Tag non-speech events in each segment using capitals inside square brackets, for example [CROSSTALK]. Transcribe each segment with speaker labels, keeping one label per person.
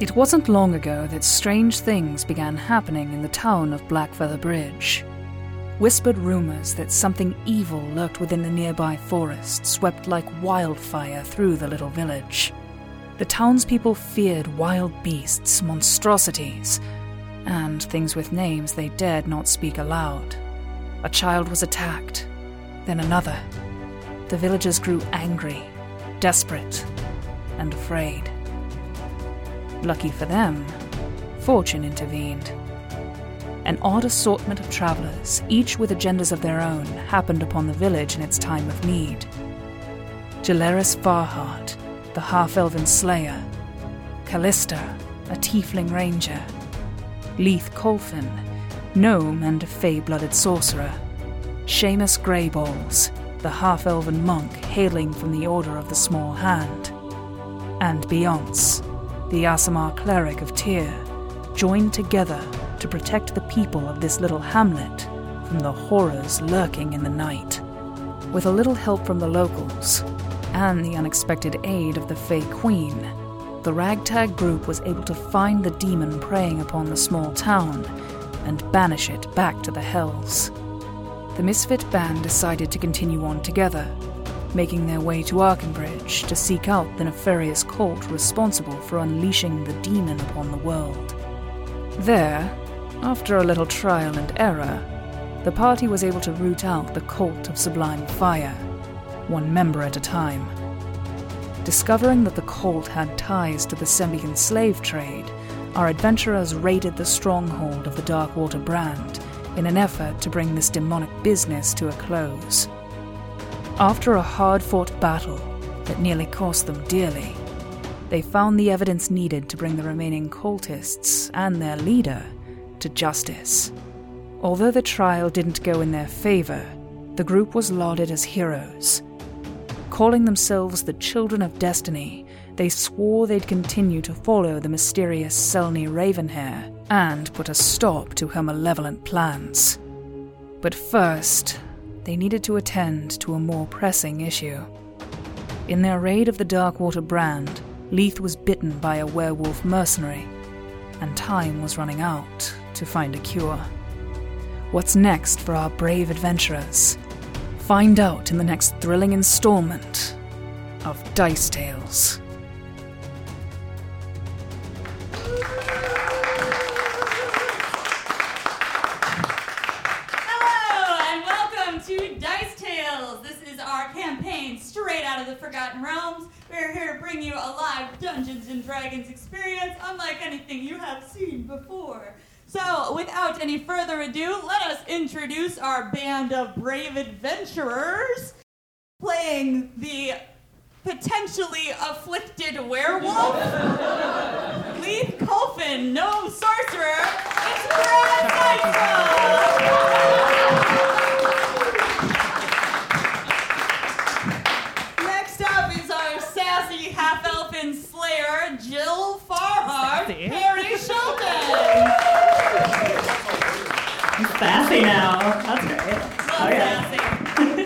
Speaker 1: It wasn't long ago that strange things began happening in the town of Blackfeather Bridge. Whispered rumors that something evil lurked within the nearby forest swept like wildfire through the little village. The townspeople feared wild beasts, monstrosities, and things with names they dared not speak aloud. A child was attacked, then another. The villagers grew angry, desperate, and afraid. Lucky for them, fortune intervened. An odd assortment of travelers, each with agendas of their own, happened upon the village in its time of need. Jalaris Farhart, the half elven slayer, Callista, a tiefling ranger, Leith Colfin, gnome and fey blooded sorcerer, Seamus Greyballs, the half elven monk hailing from the Order of the Small Hand, and Beyonce, the Asimar cleric of Tyr, joined together to protect the people of this little hamlet from the horrors lurking in the night. With a little help from the locals and the unexpected aid of the Fey Queen, the ragtag group was able to find the demon preying upon the small town and banish it back to the Hells. The Misfit band decided to continue on together, making their way to Arkenbridge to seek out the nefarious cult responsible for unleashing the demon upon the world. There, after a little trial and error, the party was able to root out the cult of Sublime Fire, one member at a time. Discovering that the cult had ties to the Sembian slave trade, our adventurers raided the stronghold of the Darkwater Brand in an effort to bring this demonic business to a close. After a hard fought battle that nearly cost them dearly, they found the evidence needed to bring the remaining cultists and their leader to justice. Although the trial didn't go in their favor, the group was lauded as heroes. Calling themselves the Children of Destiny, they swore they'd continue to follow the mysterious Selny Ravenhair and put a stop to her malevolent plans. But first, they needed to attend to a more pressing issue. In their raid of the Darkwater Brand, Leith was bitten by a werewolf mercenary, and time was running out to find a cure. What's next for our brave adventurers? Find out in the next thrilling installment of Dice Tales.
Speaker 2: Hello and welcome to Dice Tales. This is our campaign straight out of the Forgotten Realms. We're here to bring you a live Dungeons and Dragons experience unlike anything you have seen before. So, without any further ado, let us introduce our band of brave adventurers playing the potentially afflicted werewolf, Leith Colfin, gnome sorcerer, it's Brad Nightfall. Next up is our sassy half elfin slayer, Jill Farhart,
Speaker 3: Sassy.
Speaker 2: Harry Shelton.
Speaker 3: Sassy now. That's great.
Speaker 2: Love
Speaker 3: Oh, yeah.
Speaker 2: sassy.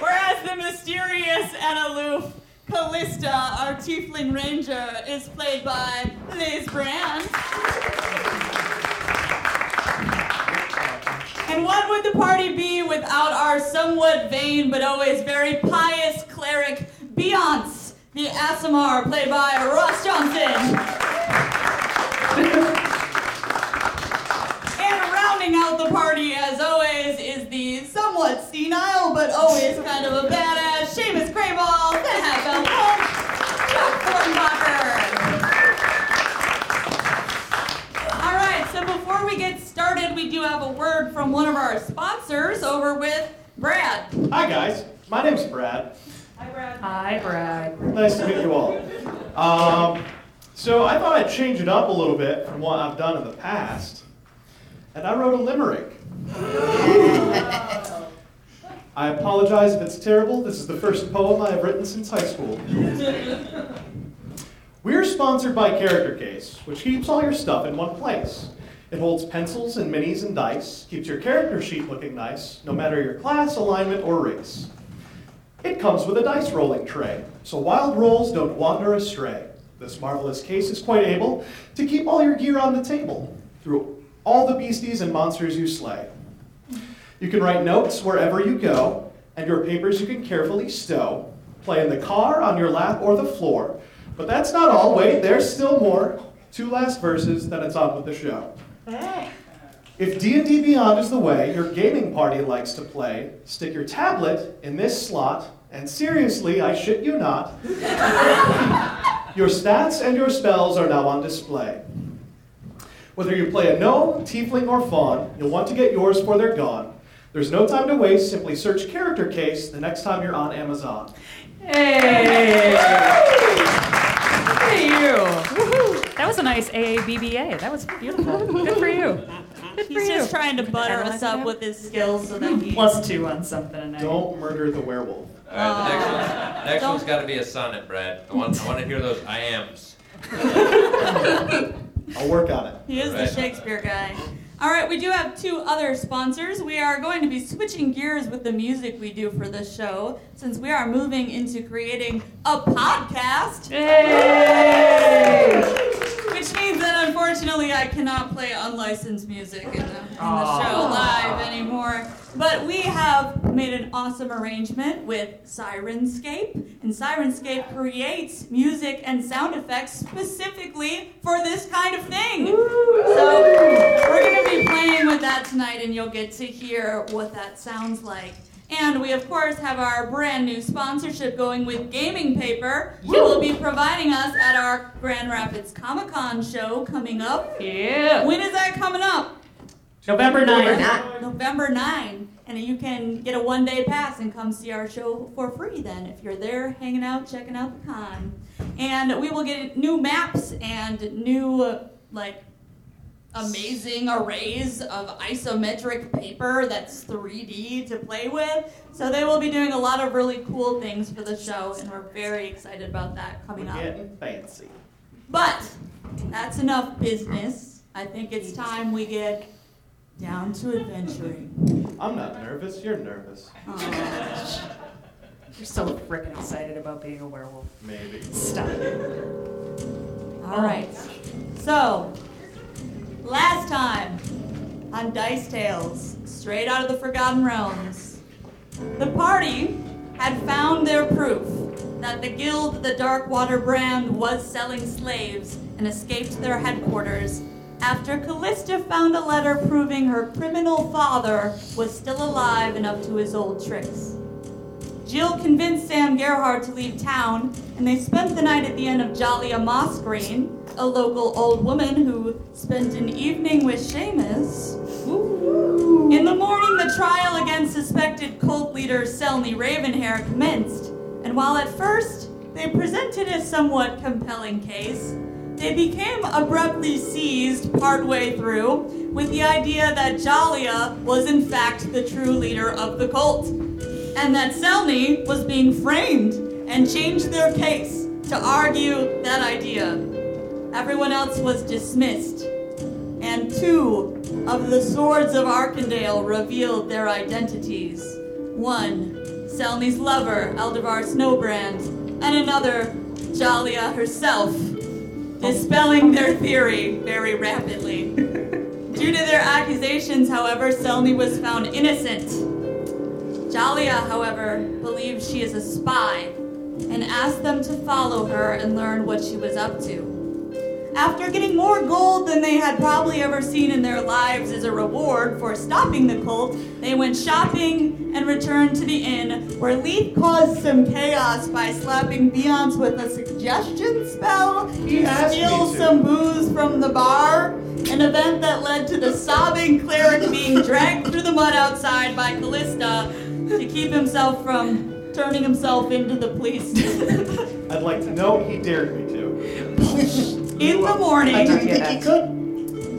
Speaker 3: [LAUGHS]
Speaker 2: Whereas the mysterious and aloof Callista, our tiefling ranger, is played by Liz Brand. And what would the party be without our somewhat vain but always very pious cleric, Beyonce, the Asimar, played by Ross Johnson? And rounding out the party, as always, is the somewhat senile but always kind of a badass Seamus Grayball, the half elf punk, Chuck Thornbacher. All right, so before we get started, we do have a word from one of our sponsors over with Brad.
Speaker 4: Hi, guys. My name's Brad.
Speaker 2: Hi, Brad.
Speaker 3: Hi, Brad.
Speaker 4: Nice to meet you all. Um, so, I thought I'd change it up a little bit from what I've done in the past, and I wrote a limerick. I apologize if it's terrible. This is the first poem I have written since high school. We're sponsored by Character Case, which keeps all your stuff in one place. It holds pencils and minis and dice, keeps your character sheet looking nice, no matter your class, alignment, or race. It comes with a dice rolling tray, so wild rolls don't wander astray. The This marvelous case is quite able to keep all your gear on the table through all the beasties and monsters you slay. You can write notes wherever you go, and your papers you can carefully stow. Play in the car, on your lap, or the floor. But that's not all. Wait, there's still more. Two last verses, then it's on with the show. If D&D Beyond is the way your gaming party likes to play, stick your tablet in this slot, and seriously, I shit you not, [LAUGHS] your stats and your spells are now on display. Whether you play a gnome, tiefling, or fawn, you'll want to get yours before they're gone. There's no time to waste. Simply search character case the next time you're on Amazon.
Speaker 3: Hey. Hey, you.
Speaker 1: Woohoo! That was a nice AABBA. That was beautiful. Good for you. Good for you.
Speaker 2: He's just trying to butter us up with his skills so that he.
Speaker 3: Plus two on something tonight.
Speaker 4: Don't murder the werewolf.
Speaker 5: All right, the next one's, next
Speaker 2: Don't-
Speaker 5: one's got to be a sonnet, Brad. I want, I want to hear those I ams.
Speaker 4: I'll work on it.
Speaker 2: He is
Speaker 5: Right.
Speaker 2: the Shakespeare guy. All right, we do have two other sponsors. We are going to be switching gears with the music we do for this show since we are moving into creating a podcast. Which means that unfortunately I cannot play unlicensed music in the, in the show live anymore. But we have made an awesome arrangement with Sirenscape, and Sirenscape creates music and sound effects specifically for this kind of thing. So we're going to be playing with that tonight, and you'll get to hear what that sounds like. And we, of course, have our brand new sponsorship going with Gaming Paper, who will be providing us at our Grand Rapids Comic Con show coming up.
Speaker 3: Yeah.
Speaker 2: When is that coming up?
Speaker 3: November 9th.
Speaker 2: November 9. And you can get a one day pass and come see our show for free then if you're there hanging out, checking out the con. And we will get new maps and new, uh, like, amazing arrays of isometric paper that's 3D to play with. So they will be doing a lot of really cool things for the show, and we're very excited about that
Speaker 4: We're
Speaker 2: coming up.
Speaker 4: getting fancy.
Speaker 2: But that's enough business. I think it's time we get down to adventuring.
Speaker 4: I'm not nervous. You're nervous.
Speaker 2: Aw.
Speaker 3: You're so freaking excited about being a werewolf.
Speaker 4: Maybe.
Speaker 3: Stop.
Speaker 2: All right. So, last time on Dice Tales, straight out of the Forgotten Realms, the party had found their proof that the guild the Darkwater Brand was selling slaves and escaped their headquarters after Callista found a letter proving her criminal father was still alive and up to his old tricks. Jill convinced Sam Gerhard to leave town, and they spent the night at the inn of Jolly Moss Green, a local old woman who spent an evening with Seamus. In the morning, the trial against suspected cult leader Selmy Ravenhair commenced, and while at first they presented a somewhat compelling case, they became abruptly seized partway through with the idea that Jollia was in fact the true leader of the cult and that Selmy was being framed and changed their case to argue that idea. Everyone else was dismissed, and two of the swords of Arkandale revealed their identities. One, Selmy's lover, Eldevar Snowbrand, and another, Jalia herself, dispelling their theory very rapidly. Due to their accusations, however, Selmy was found innocent. Jalia, however, believes she is a spy and asked them to follow her and learn what she was up to. After getting more gold than they had probably ever seen in their lives as a reward for stopping the cult, they went shopping and returned to the inn, where Leith caused some chaos by slapping Beyonce with a suggestion spell
Speaker 4: He
Speaker 2: to
Speaker 4: asked me
Speaker 2: steal
Speaker 4: to.
Speaker 2: some booze from the bar, an event that led to the sobbing cleric
Speaker 4: [LAUGHS]
Speaker 2: being dragged through the mud outside by Callista to keep himself from turning himself into the police.
Speaker 4: [LAUGHS] I'd like to know he dared me to.
Speaker 2: In the
Speaker 4: I
Speaker 2: morning,
Speaker 4: didn't think he could.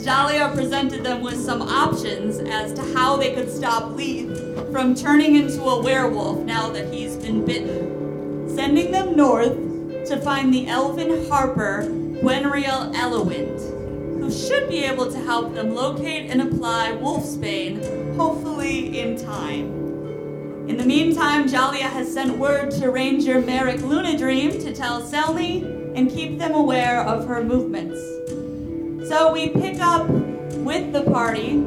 Speaker 2: Jalia presented them with some options as to how they could stop Leith from turning into a werewolf now that he's been bitten, sending them north to find the elven harper Gwenriel Elowint, who should be able to help them locate and apply Wolfsbane, hopefully in time. In the meantime, Jalia has sent word to Ranger Merrick Lunadream to tell Selmy and keep them aware of her movements. So we pick up with the party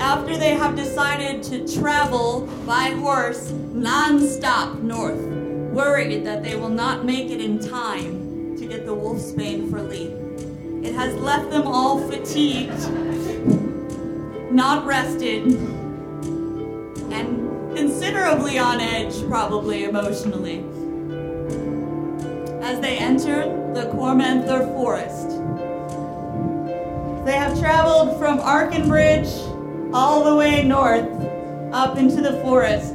Speaker 2: after they have decided to travel by horse non-stop north, worried that they will not make it in time to get the Wolfsbane for Lee. It has left them all fatigued, not rested, and considerably on edge, probably emotionally. As they enter the Cormanther Forest, they have traveled from Arkenbridge all the way north up into the forest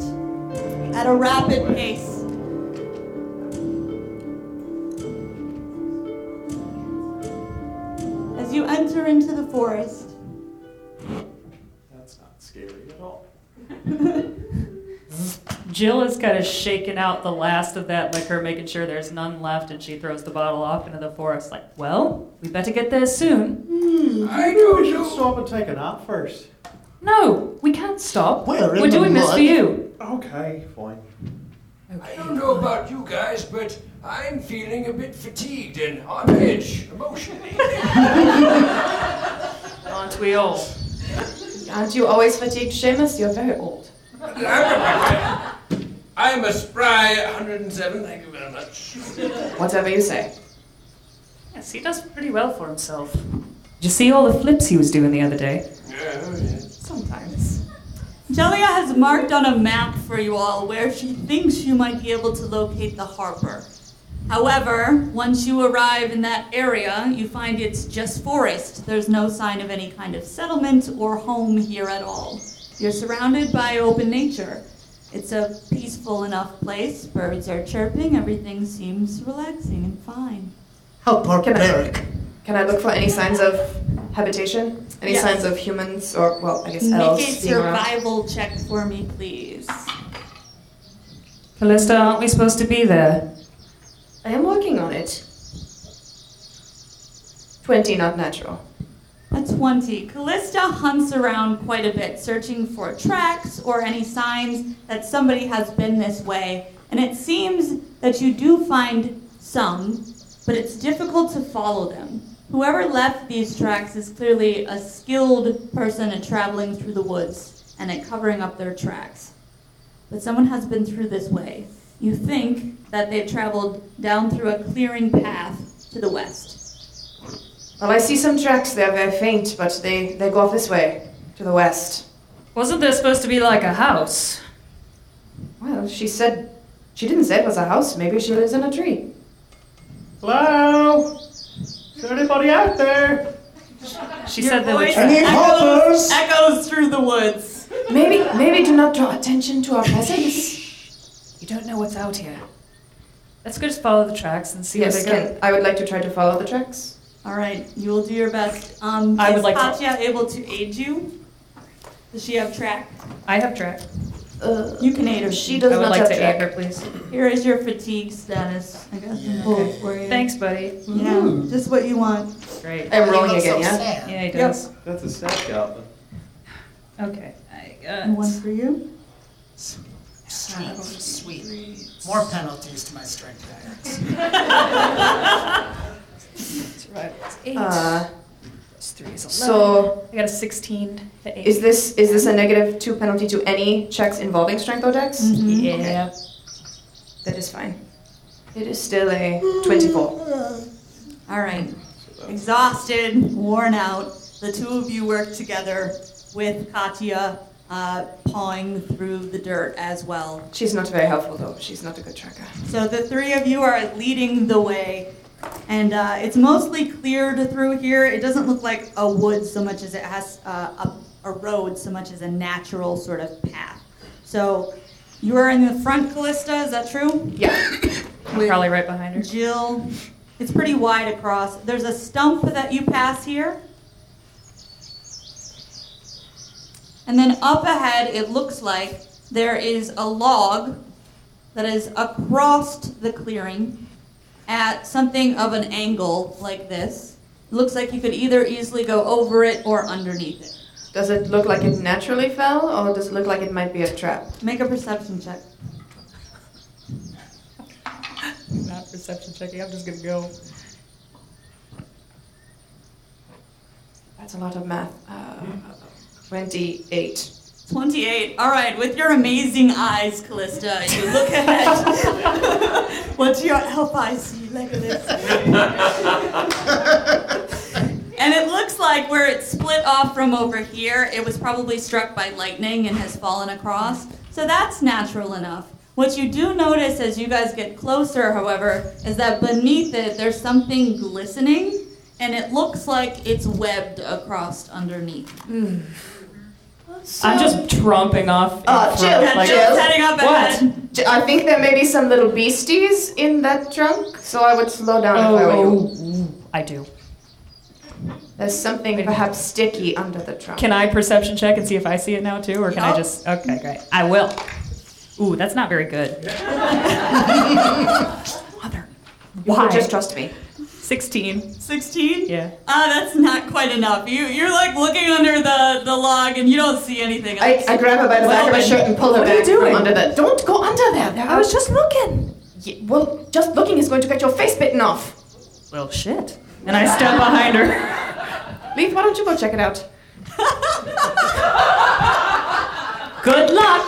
Speaker 2: at a rapid pace. As you enter into the forest,
Speaker 4: That's not scary at all.
Speaker 6: Jill is kind of shaking out the last of that liquor, making sure there's none left, and she throws the bottle off into the forest, like, well, we better get there soon.
Speaker 4: I know we should stop and take a nap first.
Speaker 6: No, we can't stop.
Speaker 7: Where in
Speaker 6: We're
Speaker 7: the
Speaker 6: doing this for
Speaker 7: mud?
Speaker 6: you.
Speaker 4: Okay, fine.
Speaker 8: I don't know about you guys, but I'm feeling a bit fatigued and on edge emotionally. [LAUGHS]
Speaker 6: Aren't we all?
Speaker 3: Aren't you always fatigued, Seamus? You're very old.
Speaker 8: I'm a spry 107, thank you very much.
Speaker 3: Whatever you say.
Speaker 6: Yes, he does pretty well for himself. Did you see all the flips he was doing the other day?
Speaker 3: Sometimes.
Speaker 2: Delia has marked on a map for you all where she thinks you might be able to locate the harbor. However, once you arrive in that area, you find it's just forest. There's no sign of any kind of settlement or home here at all. You're surrounded by open nature. It's a peaceful enough place. Birds are chirping. Everything seems relaxing and fine.
Speaker 7: How barbaric.
Speaker 3: Can I look for any signs of habitation? Any
Speaker 2: Yes.
Speaker 3: signs of humans or, well, I guess elves
Speaker 2: Make a
Speaker 3: being around?
Speaker 2: survival check for me, please.
Speaker 6: Callista, aren't we supposed to be there?
Speaker 3: I am working on it. 20, not natural.
Speaker 2: A 20. Callista hunts around quite a bit, searching for tracks or any signs that somebody has been this way. And it seems that you do find some, but it's difficult to follow them. Whoever left these tracks is clearly a skilled person at traveling through the woods and at covering up their tracks. But someone has been through this way. You think that they traveled down through a clearing path to the west.
Speaker 3: Well, I see some tracks. They are very faint, but they, they go off this way, to the west.
Speaker 6: Wasn't there supposed to be like a house?
Speaker 3: Well, she said. She didn't say it was a house. Maybe she lives in a tree.
Speaker 4: Hello? Is there anybody out there?
Speaker 6: She
Speaker 2: Your
Speaker 6: said there
Speaker 2: voice
Speaker 6: was.
Speaker 7: I need
Speaker 2: echoes,
Speaker 7: hoppers.
Speaker 2: echoes through the woods.
Speaker 3: Maybe, maybe do not draw attention to our presence.
Speaker 6: You don't know what's out here. Let's go just follow the tracks and
Speaker 3: [LAUGHS]
Speaker 6: see
Speaker 3: yes,
Speaker 6: where they go.
Speaker 3: can, I would like to try to follow the tracks.
Speaker 2: All right, you will do your best. Um,
Speaker 6: I
Speaker 2: is
Speaker 6: would like to-
Speaker 2: Katya able to aid you? Does she have track?
Speaker 6: I have track.
Speaker 3: Uh,
Speaker 2: You can aid her.
Speaker 3: she
Speaker 6: I
Speaker 3: does
Speaker 6: would
Speaker 3: not
Speaker 6: like
Speaker 3: have
Speaker 6: to aid
Speaker 3: track.
Speaker 6: her, please.
Speaker 2: Here is your fatigue status. I guess.
Speaker 6: Okay.
Speaker 2: for you.
Speaker 6: Thanks, buddy.
Speaker 2: Yeah, just what you want.
Speaker 6: Great.
Speaker 3: I'm rolling
Speaker 7: Looks
Speaker 3: again, yeah?
Speaker 7: upset.
Speaker 6: Yeah, he does.
Speaker 4: That's a sad goblin.
Speaker 6: Okay. I
Speaker 2: And
Speaker 6: got.
Speaker 2: one for you.
Speaker 7: Sweet, sweet. More penalties to my strength guidance.
Speaker 6: Eight.
Speaker 3: Uh,
Speaker 6: three is
Speaker 3: so
Speaker 6: I got a 16 to 8.
Speaker 3: is this is this a negative two penalty to any checks involving strength or dex?
Speaker 6: Mm-hmm. Yeah.
Speaker 3: That is fine. It is still a twenty-four.
Speaker 2: All right. Exhausted, worn out, the two of you work together with Katya uh, pawing through the dirt as well.
Speaker 3: She's not very helpful though. She's not a good tracker.
Speaker 2: So the three of you are leading the way. And uh, it's mostly cleared through here. It doesn't look like a wood so much as it has uh, a, a road so much as a natural sort of path. So you are in the front, Callista, is that true?
Speaker 3: Yeah.
Speaker 6: I'm probably right behind her.
Speaker 2: Jill, it's pretty wide across. There's a stump that you pass here. And then up ahead, it looks like there is a log that is across the clearing at something of an angle like this. Looks like you could either easily go over it or underneath it.
Speaker 3: Does it look like it naturally fell, or does it look like it might be a trap?
Speaker 2: Make a perception check.
Speaker 6: Not perception checking. I'm just gonna go.
Speaker 3: That's a lot of math. Uh, 28.
Speaker 2: 28. All right, with your amazing eyes, Callista, you look ahead. [LAUGHS] What's your help I see like this? and it looks like where it split off from over here, it was probably struck by lightning and has fallen across. So that's natural enough. What you do notice as you guys get closer, however, is that beneath it there's something glistening, and it looks like it's webbed across underneath.
Speaker 6: I'm just tromping off. in
Speaker 3: Uh,
Speaker 6: front,
Speaker 3: Jill,
Speaker 6: like-
Speaker 3: Jill.
Speaker 2: Jill's heading up ahead.
Speaker 3: J- I think there may be some little beasties in that trunk, so I would slow down if I were you.
Speaker 6: Oh, ooh, I do.
Speaker 3: There's something perhaps sticky under the trunk.
Speaker 6: Can I perception check and see if I see it now too, or can I just? Okay, great. I will. Ooh, that's not very good. Mother.
Speaker 3: You
Speaker 6: Why?
Speaker 3: could just trust me.
Speaker 6: 16.
Speaker 2: 16?
Speaker 6: Yeah.
Speaker 2: Ah, that's not quite enough. You, you're like looking under the, the log and you don't see anything.
Speaker 3: I, I grab her by the back of her shirt and pull her
Speaker 6: What are you
Speaker 3: back
Speaker 6: doing?
Speaker 3: from under the. Don't go under there. there
Speaker 6: I was just looking.
Speaker 3: Ye- well, just looking is going to get your face bitten off.
Speaker 6: Well, shit. And I step behind her.
Speaker 3: Leaf, why don't you go check it out?
Speaker 6: [LAUGHS] Good luck.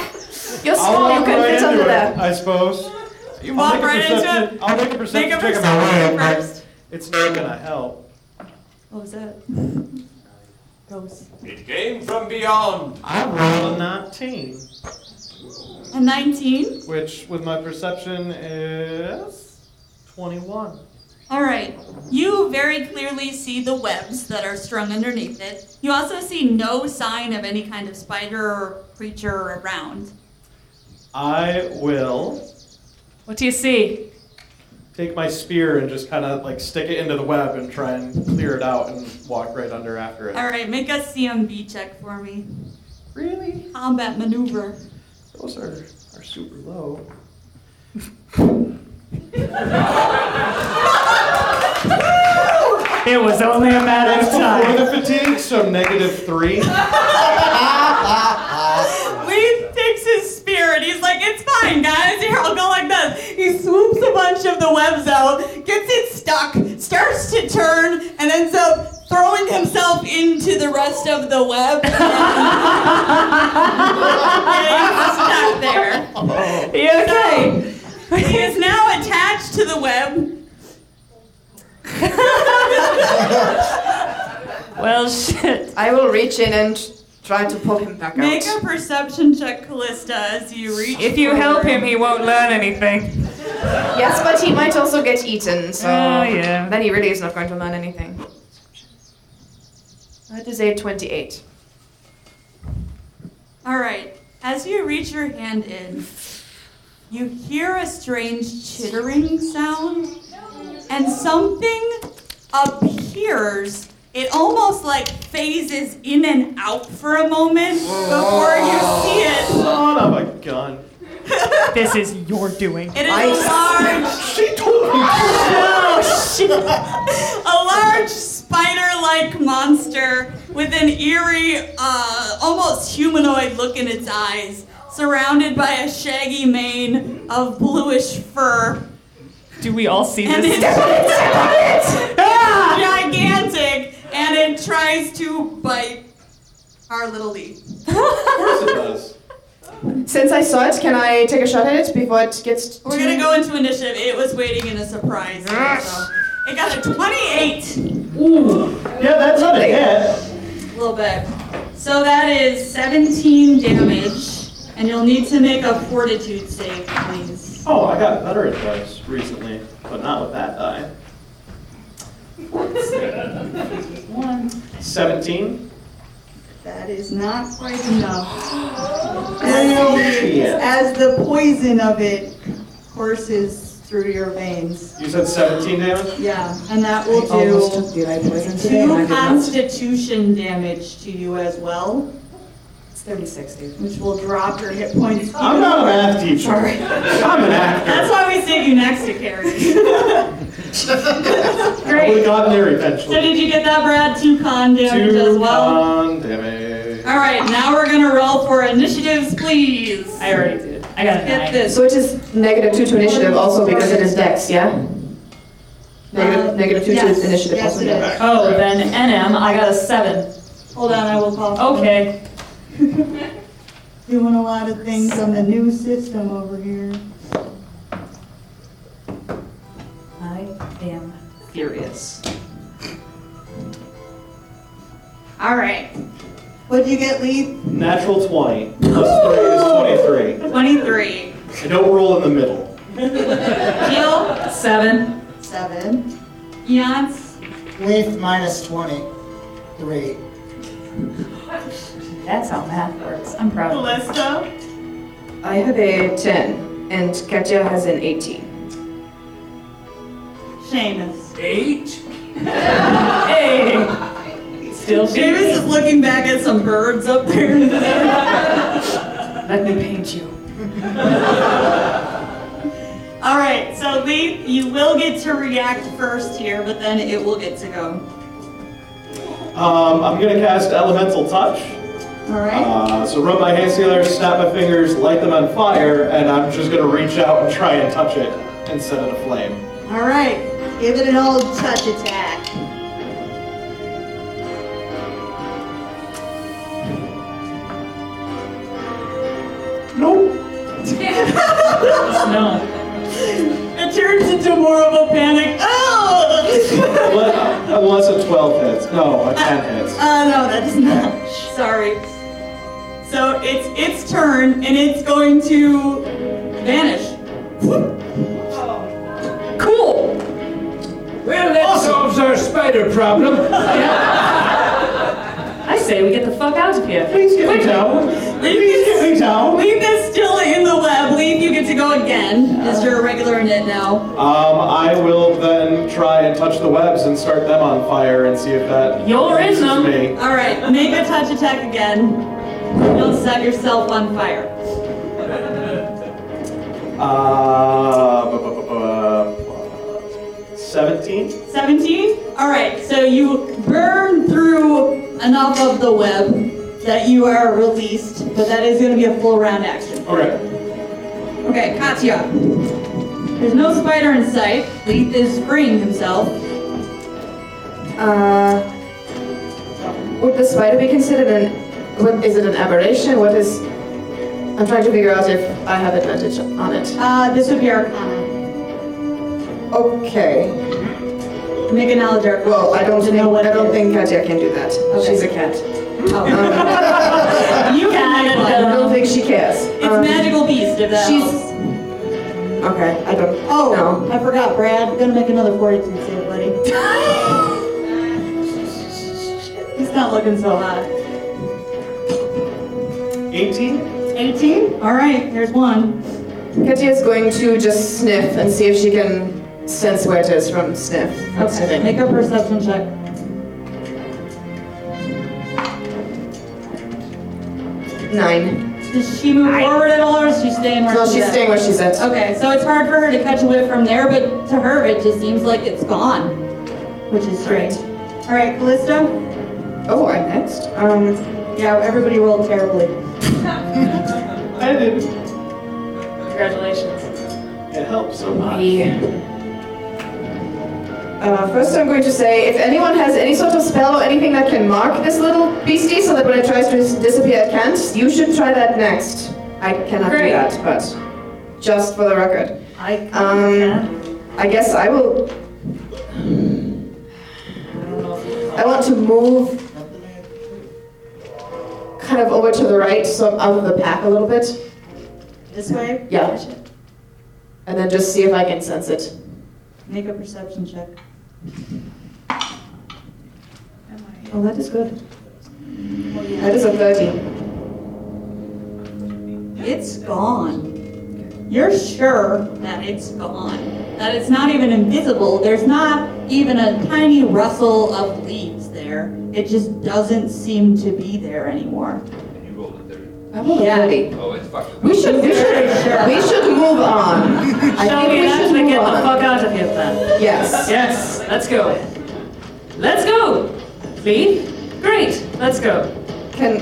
Speaker 3: You're
Speaker 4: I'll
Speaker 3: small. You
Speaker 4: walk
Speaker 3: can
Speaker 4: right
Speaker 3: fit
Speaker 4: into
Speaker 3: under
Speaker 4: it,
Speaker 3: there.
Speaker 4: I suppose.
Speaker 2: you
Speaker 4: I'll
Speaker 2: walk
Speaker 4: make a
Speaker 2: right into
Speaker 4: perception-
Speaker 2: it.
Speaker 4: I'll make a
Speaker 2: Make a
Speaker 4: perception check
Speaker 2: perception
Speaker 4: about it.
Speaker 2: first.
Speaker 4: It's not gonna help.
Speaker 2: What was that? Ghost.
Speaker 5: It came from beyond.
Speaker 4: I rolled a 19,
Speaker 2: A 19?
Speaker 4: which with my perception is 21.
Speaker 2: All right. You very clearly see the webs that are strung underneath it. You also see no sign of any kind of spider or creature around.
Speaker 4: I will
Speaker 6: What do you see?
Speaker 4: take my spear and just kind of like stick it into the web and try and clear it out and walk right under after it.
Speaker 2: All right, make a CMB check for me.
Speaker 4: Really?
Speaker 2: Combat maneuver.
Speaker 4: Those are, are super low.
Speaker 6: It was only a matter of
Speaker 4: That's
Speaker 6: time.
Speaker 4: before the fatigue, so negative
Speaker 6: [LAUGHS]
Speaker 4: three.
Speaker 2: Lee takes his spear and he's like, it's fine, guys. Here, I'll go like this. He swoops a bunch of the webs out, gets it stuck, starts to turn, and ends up throwing himself into the rest of the web. [LAUGHS] and he's stuck there.
Speaker 6: You okay?
Speaker 2: He is now attached to the web.
Speaker 6: Well, shit.
Speaker 3: I will reach in and try to pull him back
Speaker 2: Make
Speaker 3: out.
Speaker 2: a perception check, Callista, as you reach.
Speaker 6: If you
Speaker 2: forward.
Speaker 6: help him, he won't learn anything.
Speaker 3: Yes, but he might also get eaten, so
Speaker 6: Oh, yeah.
Speaker 3: then he really is not going to learn anything. That is a 28.
Speaker 2: All right. As you reach your hand in, you hear a strange chittering sound, and something appears. It almost like phases in and out for a moment before you see it.
Speaker 4: Son of a gun.
Speaker 6: This is your doing.
Speaker 2: It is a large,
Speaker 4: [LAUGHS]
Speaker 2: Oh,
Speaker 4: She told
Speaker 2: [LAUGHS]
Speaker 4: me.
Speaker 2: a large spider-like monster with an eerie, uh, almost humanoid look in its eyes, surrounded by a shaggy mane of bluish fur.
Speaker 6: Do we all see
Speaker 2: and
Speaker 6: this?
Speaker 2: it's [LAUGHS]
Speaker 4: Ah!
Speaker 2: gigantic, and it tries to bite our little Lee.
Speaker 4: Of course it does.
Speaker 3: Since I saw it, can I take a shot at it before it gets.
Speaker 2: We're
Speaker 3: too-
Speaker 2: gonna go into initiative. It was waiting in a surprise. So it got a 28.
Speaker 4: Yeah, that's not a hit.
Speaker 2: A little bit. So that is 17 damage, and you'll need to make a fortitude save, please.
Speaker 4: Oh, I got better at those recently, but not with that die.
Speaker 2: One.
Speaker 4: 17.
Speaker 2: That is not quite enough.
Speaker 7: [GASPS]
Speaker 4: Well, shit.
Speaker 2: As the poison of it courses through your veins.
Speaker 4: You said 17 damage?
Speaker 2: Yeah, and that will
Speaker 7: Almost
Speaker 2: do
Speaker 7: took the eye poison today and I
Speaker 2: two
Speaker 7: did not.
Speaker 2: constitution damage to you as well,
Speaker 7: It's 36, dude.
Speaker 2: which will drop your hit points.
Speaker 4: I'm not a math teacher. I'm an actor.
Speaker 2: That's why we sent you next to Carrie.
Speaker 4: I would have
Speaker 2: Great.
Speaker 4: gotten there
Speaker 2: So
Speaker 4: eventually.
Speaker 2: did you get that, Brad? Two con damage as
Speaker 4: Two
Speaker 2: well.
Speaker 4: con damage.
Speaker 2: All right, now we're gonna roll for initiatives, please.
Speaker 6: I already did. I got a
Speaker 2: Get
Speaker 6: nine.
Speaker 2: this.
Speaker 3: So it is negative two to initiative also because it is dex, yeah? Negative,
Speaker 2: Um,
Speaker 3: negative two
Speaker 2: yes.
Speaker 3: to initiative
Speaker 2: Yes,
Speaker 3: also.
Speaker 2: it
Speaker 3: yeah.
Speaker 2: is.
Speaker 6: Oh, then NM, I got a seven.
Speaker 9: Hold on, I will call.
Speaker 2: [LAUGHS]
Speaker 6: Okay.
Speaker 9: Doing a lot of things on the new system over here.
Speaker 6: I am furious.
Speaker 2: All right,
Speaker 9: What'd you get, Lee?
Speaker 4: Natural 20. Plus 3 is 23.
Speaker 2: twenty-three.
Speaker 4: I don't roll in the middle.
Speaker 2: Jill,
Speaker 6: Seven.
Speaker 9: Seven.
Speaker 2: Yance,
Speaker 7: Leaf minus 20. Three.
Speaker 6: That's how math works. I'm proud of you.
Speaker 9: Callista?
Speaker 3: I have a 10, and Katya has an 18.
Speaker 2: [LAUGHS]
Speaker 9: Seamus.
Speaker 8: Eight?
Speaker 6: Hey! Still
Speaker 2: Davis
Speaker 6: furious.
Speaker 2: is looking back at some birds up there.
Speaker 6: Let me paint you.
Speaker 2: [LAUGHS] All right, so Lee, you will get to react first here, but then it will get to go.
Speaker 4: Um, I'm going to cast Elemental Touch.
Speaker 9: All right.
Speaker 4: Uh, so rub my hands together, snap my fingers, light them on fire, and I'm just going to reach out and try and touch it and set it aflame.
Speaker 9: All right. Give it an old touch attack.
Speaker 4: Nope.
Speaker 6: No.
Speaker 2: It turns into more of a panic. Oh! [LAUGHS]
Speaker 4: Unless unless a 12 hits. No, a 10 hits.
Speaker 2: Uh,
Speaker 9: Oh, no, that's not.
Speaker 2: Sorry. So it's its turn, and it's going to vanish.
Speaker 6: Cool!
Speaker 8: Well, that solves our spider problem.
Speaker 6: I say we get the fuck out of here.
Speaker 4: Please get me down. Please get me down.
Speaker 2: Leave is still in the web. Leave, you get to go again. Is your regular knit now?
Speaker 4: Um, I will then try and touch the webs and start them on fire and see if that
Speaker 6: You're in
Speaker 4: fixes
Speaker 6: them.
Speaker 4: me.
Speaker 2: All right, make a touch attack again. Don't set yourself on fire.
Speaker 4: Uh, bu- bu- bu- bu- uh, 17?
Speaker 2: 17? All right, so you burn through enough of the web that you are released, but that is going to be a full round action.
Speaker 4: Okay.
Speaker 2: Okay, Katya. There's no spider in sight. Leith is freeing himself.
Speaker 3: Uh, would the spider be considered an. What, is it an aberration? What is. I'm trying to figure out if I have advantage on it.
Speaker 2: Uh, this would be Arcana.
Speaker 3: Okay.
Speaker 2: Make a knowledge arcana.
Speaker 3: Well, I don't
Speaker 2: To
Speaker 3: think,
Speaker 2: know what
Speaker 3: I
Speaker 2: it
Speaker 3: don't
Speaker 2: is. Oh.
Speaker 3: think Katya can do that. She's a cat. Um,
Speaker 2: You can make
Speaker 3: I
Speaker 2: one.
Speaker 3: don't think she cares.
Speaker 2: It's
Speaker 3: Um,
Speaker 2: magical beast if that
Speaker 3: she's-
Speaker 2: helps.
Speaker 3: Okay, I don't.
Speaker 9: Oh,
Speaker 3: No.
Speaker 9: I forgot, Brad. Gonna make another fortitude save,
Speaker 3: [LAUGHS]
Speaker 9: buddy.
Speaker 2: He's not looking so hot.
Speaker 4: 18?
Speaker 2: 18? All right, there's one.
Speaker 3: Katya is going to just sniff and see if she can sense where it is from sniff. from
Speaker 2: Okay,
Speaker 3: sniffing.
Speaker 2: make a perception check.
Speaker 3: Nine.
Speaker 2: Does she move forward at all, or is she staying where
Speaker 3: No,
Speaker 2: she's
Speaker 3: she's
Speaker 2: at?
Speaker 3: staying where she's at.
Speaker 2: Okay, so it's hard for her to catch a whiff from there, but to her, it just seems like it's gone, which is strange. All right, Callista.
Speaker 3: Oh, I'm next. Um,
Speaker 2: Yeah, everybody rolled terribly.
Speaker 4: I didn't.
Speaker 6: Congratulations.
Speaker 4: It helps so much.
Speaker 3: yeah. Uh, first, I'm going to say if anyone has any sort of spell or anything that can mark this little beastie so that when it tries to dis- disappear, it can't, you should try that next. I cannot
Speaker 6: Great.
Speaker 3: do that, but just for the record.
Speaker 6: I
Speaker 3: Um, I guess I will
Speaker 6: I don't know if you
Speaker 3: I want to move kind of over to the right, so I'm out of the pack a little bit,
Speaker 2: This way?
Speaker 3: Yeah. and then just see if I can sense it.
Speaker 2: Make a perception check.
Speaker 3: Oh, that is good. That is a 30.
Speaker 2: It's gone. You're sure that it's gone. That it's not even invisible. There's not even a tiny rustle of leaves there. It just doesn't seem to be there anymore.
Speaker 5: And you rolled a 30.
Speaker 3: I rolled a
Speaker 2: Yeah.
Speaker 3: 30.
Speaker 5: Oh, it's fucking.
Speaker 3: We should, we should, we should move on. I
Speaker 6: Shall
Speaker 3: think
Speaker 6: we
Speaker 3: we should
Speaker 6: actually
Speaker 3: move
Speaker 6: get the
Speaker 3: on.
Speaker 6: fuck out of here then?
Speaker 3: Yes.
Speaker 6: Yes, let's go. Let's go! Lee? Great, let's go.
Speaker 3: Can,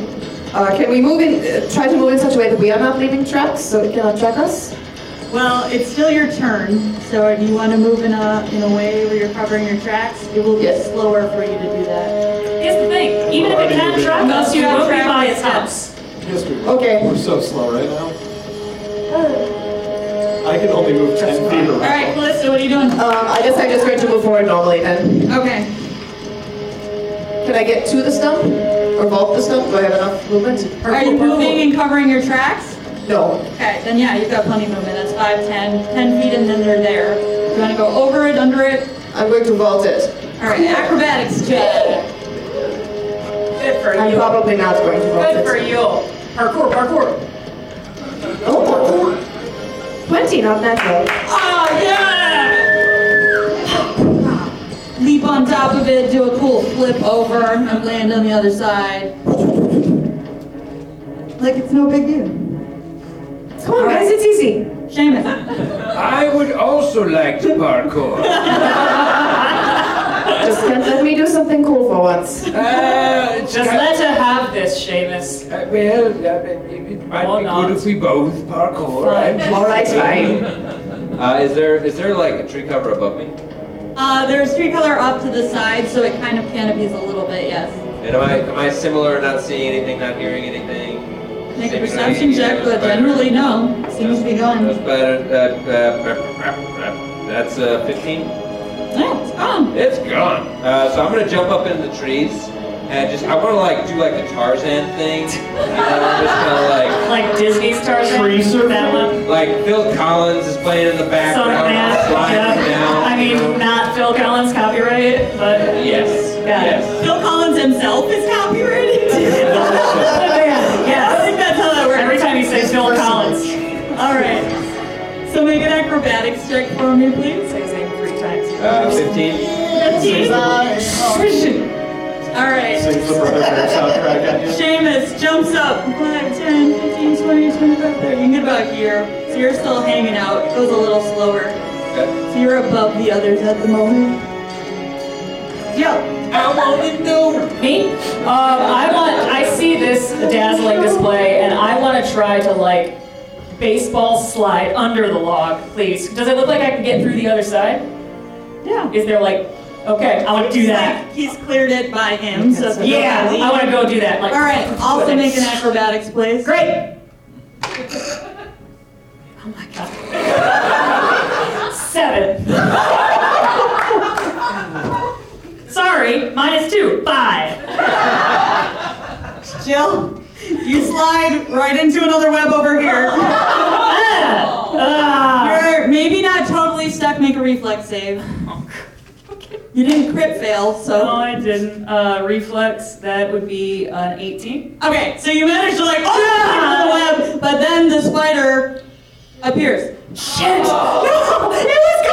Speaker 3: Uh, can we move in, uh, try to move in such a way that we are not leaving tracks so it cannot track us?
Speaker 9: Well, it's still your turn, so if you want to move in a, in a way where you're covering your tracks, it will be
Speaker 3: Yes.
Speaker 9: slower for you to do that.
Speaker 6: Here's the thing. Even if it can't track us, you will be by his house.
Speaker 4: Yes, we will.
Speaker 3: Okay.
Speaker 4: We're so slow right now. I can only move 10 feet around.
Speaker 2: All right, Callista, what are you doing?
Speaker 3: Um, I guess I'm just going to move forward normally then.
Speaker 2: Okay.
Speaker 3: Can I get to the stump? Or vault the stump? Do I have enough movement?
Speaker 2: Are you moving and covering your tracks?
Speaker 3: No.
Speaker 2: Okay, then yeah, you've got plenty of movement. That's 5, 10, 10 feet, and then they're there. You want to go over it, under it?
Speaker 3: I'm going to vault it.
Speaker 6: [LAUGHS]
Speaker 2: All right, acrobatics check.
Speaker 6: Good for
Speaker 3: I'm
Speaker 6: you.
Speaker 3: probably not going to vault
Speaker 6: Good for
Speaker 3: it.
Speaker 6: you. Parkour, parkour.
Speaker 3: Oh, 20, not natural.
Speaker 2: Oh, yeah! Leap on top of it, do a cool flip over, and land on the other side.
Speaker 9: Like, it's no big deal.
Speaker 3: Come on, guys, it's easy.
Speaker 2: Seamus.
Speaker 8: I would also like to parkour.
Speaker 3: Just can't let me do something cool for once.
Speaker 8: Uh, it's
Speaker 6: Just
Speaker 8: kind-
Speaker 6: let her have this, Seamus.
Speaker 8: Uh, well, uh, it, it might
Speaker 6: Or
Speaker 8: be
Speaker 6: not.
Speaker 8: good if we both parkour.
Speaker 6: Fine.
Speaker 8: and-
Speaker 3: All right, fine.
Speaker 5: Uh, is there is there like a tree cover above me?
Speaker 2: Uh, there's tree color up to the side, so it kind of canopies a little bit, yes.
Speaker 5: And am I am I similar? Not seeing anything, not hearing anything.
Speaker 2: Make a
Speaker 5: Seeming
Speaker 2: perception
Speaker 5: like,
Speaker 2: check,
Speaker 5: you know, Uh,
Speaker 2: but generally, no. Seems to be
Speaker 5: That's
Speaker 2: going.
Speaker 5: better. That, uh, that's uh, 15.
Speaker 2: Yeah, it's gone.
Speaker 5: It's gone. Uh, so I'm gonna jump up into the trees and just I want to like do like the Tarzan thing. You know, just kind of like.
Speaker 6: Like Disney's Tarzan.
Speaker 4: Tree surfer?
Speaker 6: That one.
Speaker 5: Like Phil Collins is playing in the
Speaker 6: Some
Speaker 5: background,
Speaker 6: man.
Speaker 5: sliding
Speaker 6: Yeah.
Speaker 5: down.
Speaker 6: I
Speaker 5: you know.
Speaker 6: mean, not Phil Collins copyright, but
Speaker 5: yes,
Speaker 6: Yeah.
Speaker 5: yes.
Speaker 2: Phil Collins himself is copyrighted. [LAUGHS] I
Speaker 6: yes.
Speaker 2: think that's how that works.
Speaker 6: Every time you say Phil Collins,
Speaker 2: All right. So make an acrobatics check for me, please.
Speaker 6: say his name three times.
Speaker 5: Uh, Fifteen.
Speaker 2: Fifteen.
Speaker 6: Christian.
Speaker 2: All right.
Speaker 4: Sings the Brother Bear soundtrack at you.
Speaker 2: Seamus jumps up. 5, 10, 15, 20, 25, 30. You can get about here. So you're still hanging out. It goes a little slower.
Speaker 5: Okay.
Speaker 2: So you're above the others at the moment. Yo.
Speaker 5: I wanna know.
Speaker 6: Me? Um, I want. I see this dazzling display, and I want to try to like baseball slide under the log, please. Does it look like I can get through the other side?
Speaker 2: Yeah.
Speaker 6: Is there like? Okay, I want to do that.
Speaker 2: He's cleared it by him. So if you
Speaker 6: Yeah,
Speaker 2: don't
Speaker 6: I want to go do that. Like,
Speaker 2: All right. Also make an acrobatics, please.
Speaker 6: Great. [LAUGHS] Oh my god. Seven. [LAUGHS] Sorry, minus two. Five.
Speaker 2: Jill, you slide right into another web over here.
Speaker 6: Ah.
Speaker 2: You're maybe not totally stuck. Make a reflex save. You didn't crit fail,
Speaker 6: No,
Speaker 2: so.
Speaker 6: I didn't. Uh, reflex. That would be an eighteen.
Speaker 2: Okay, so you managed to like oh, into the web, but then the spider appears.
Speaker 6: Shit!
Speaker 2: No, it was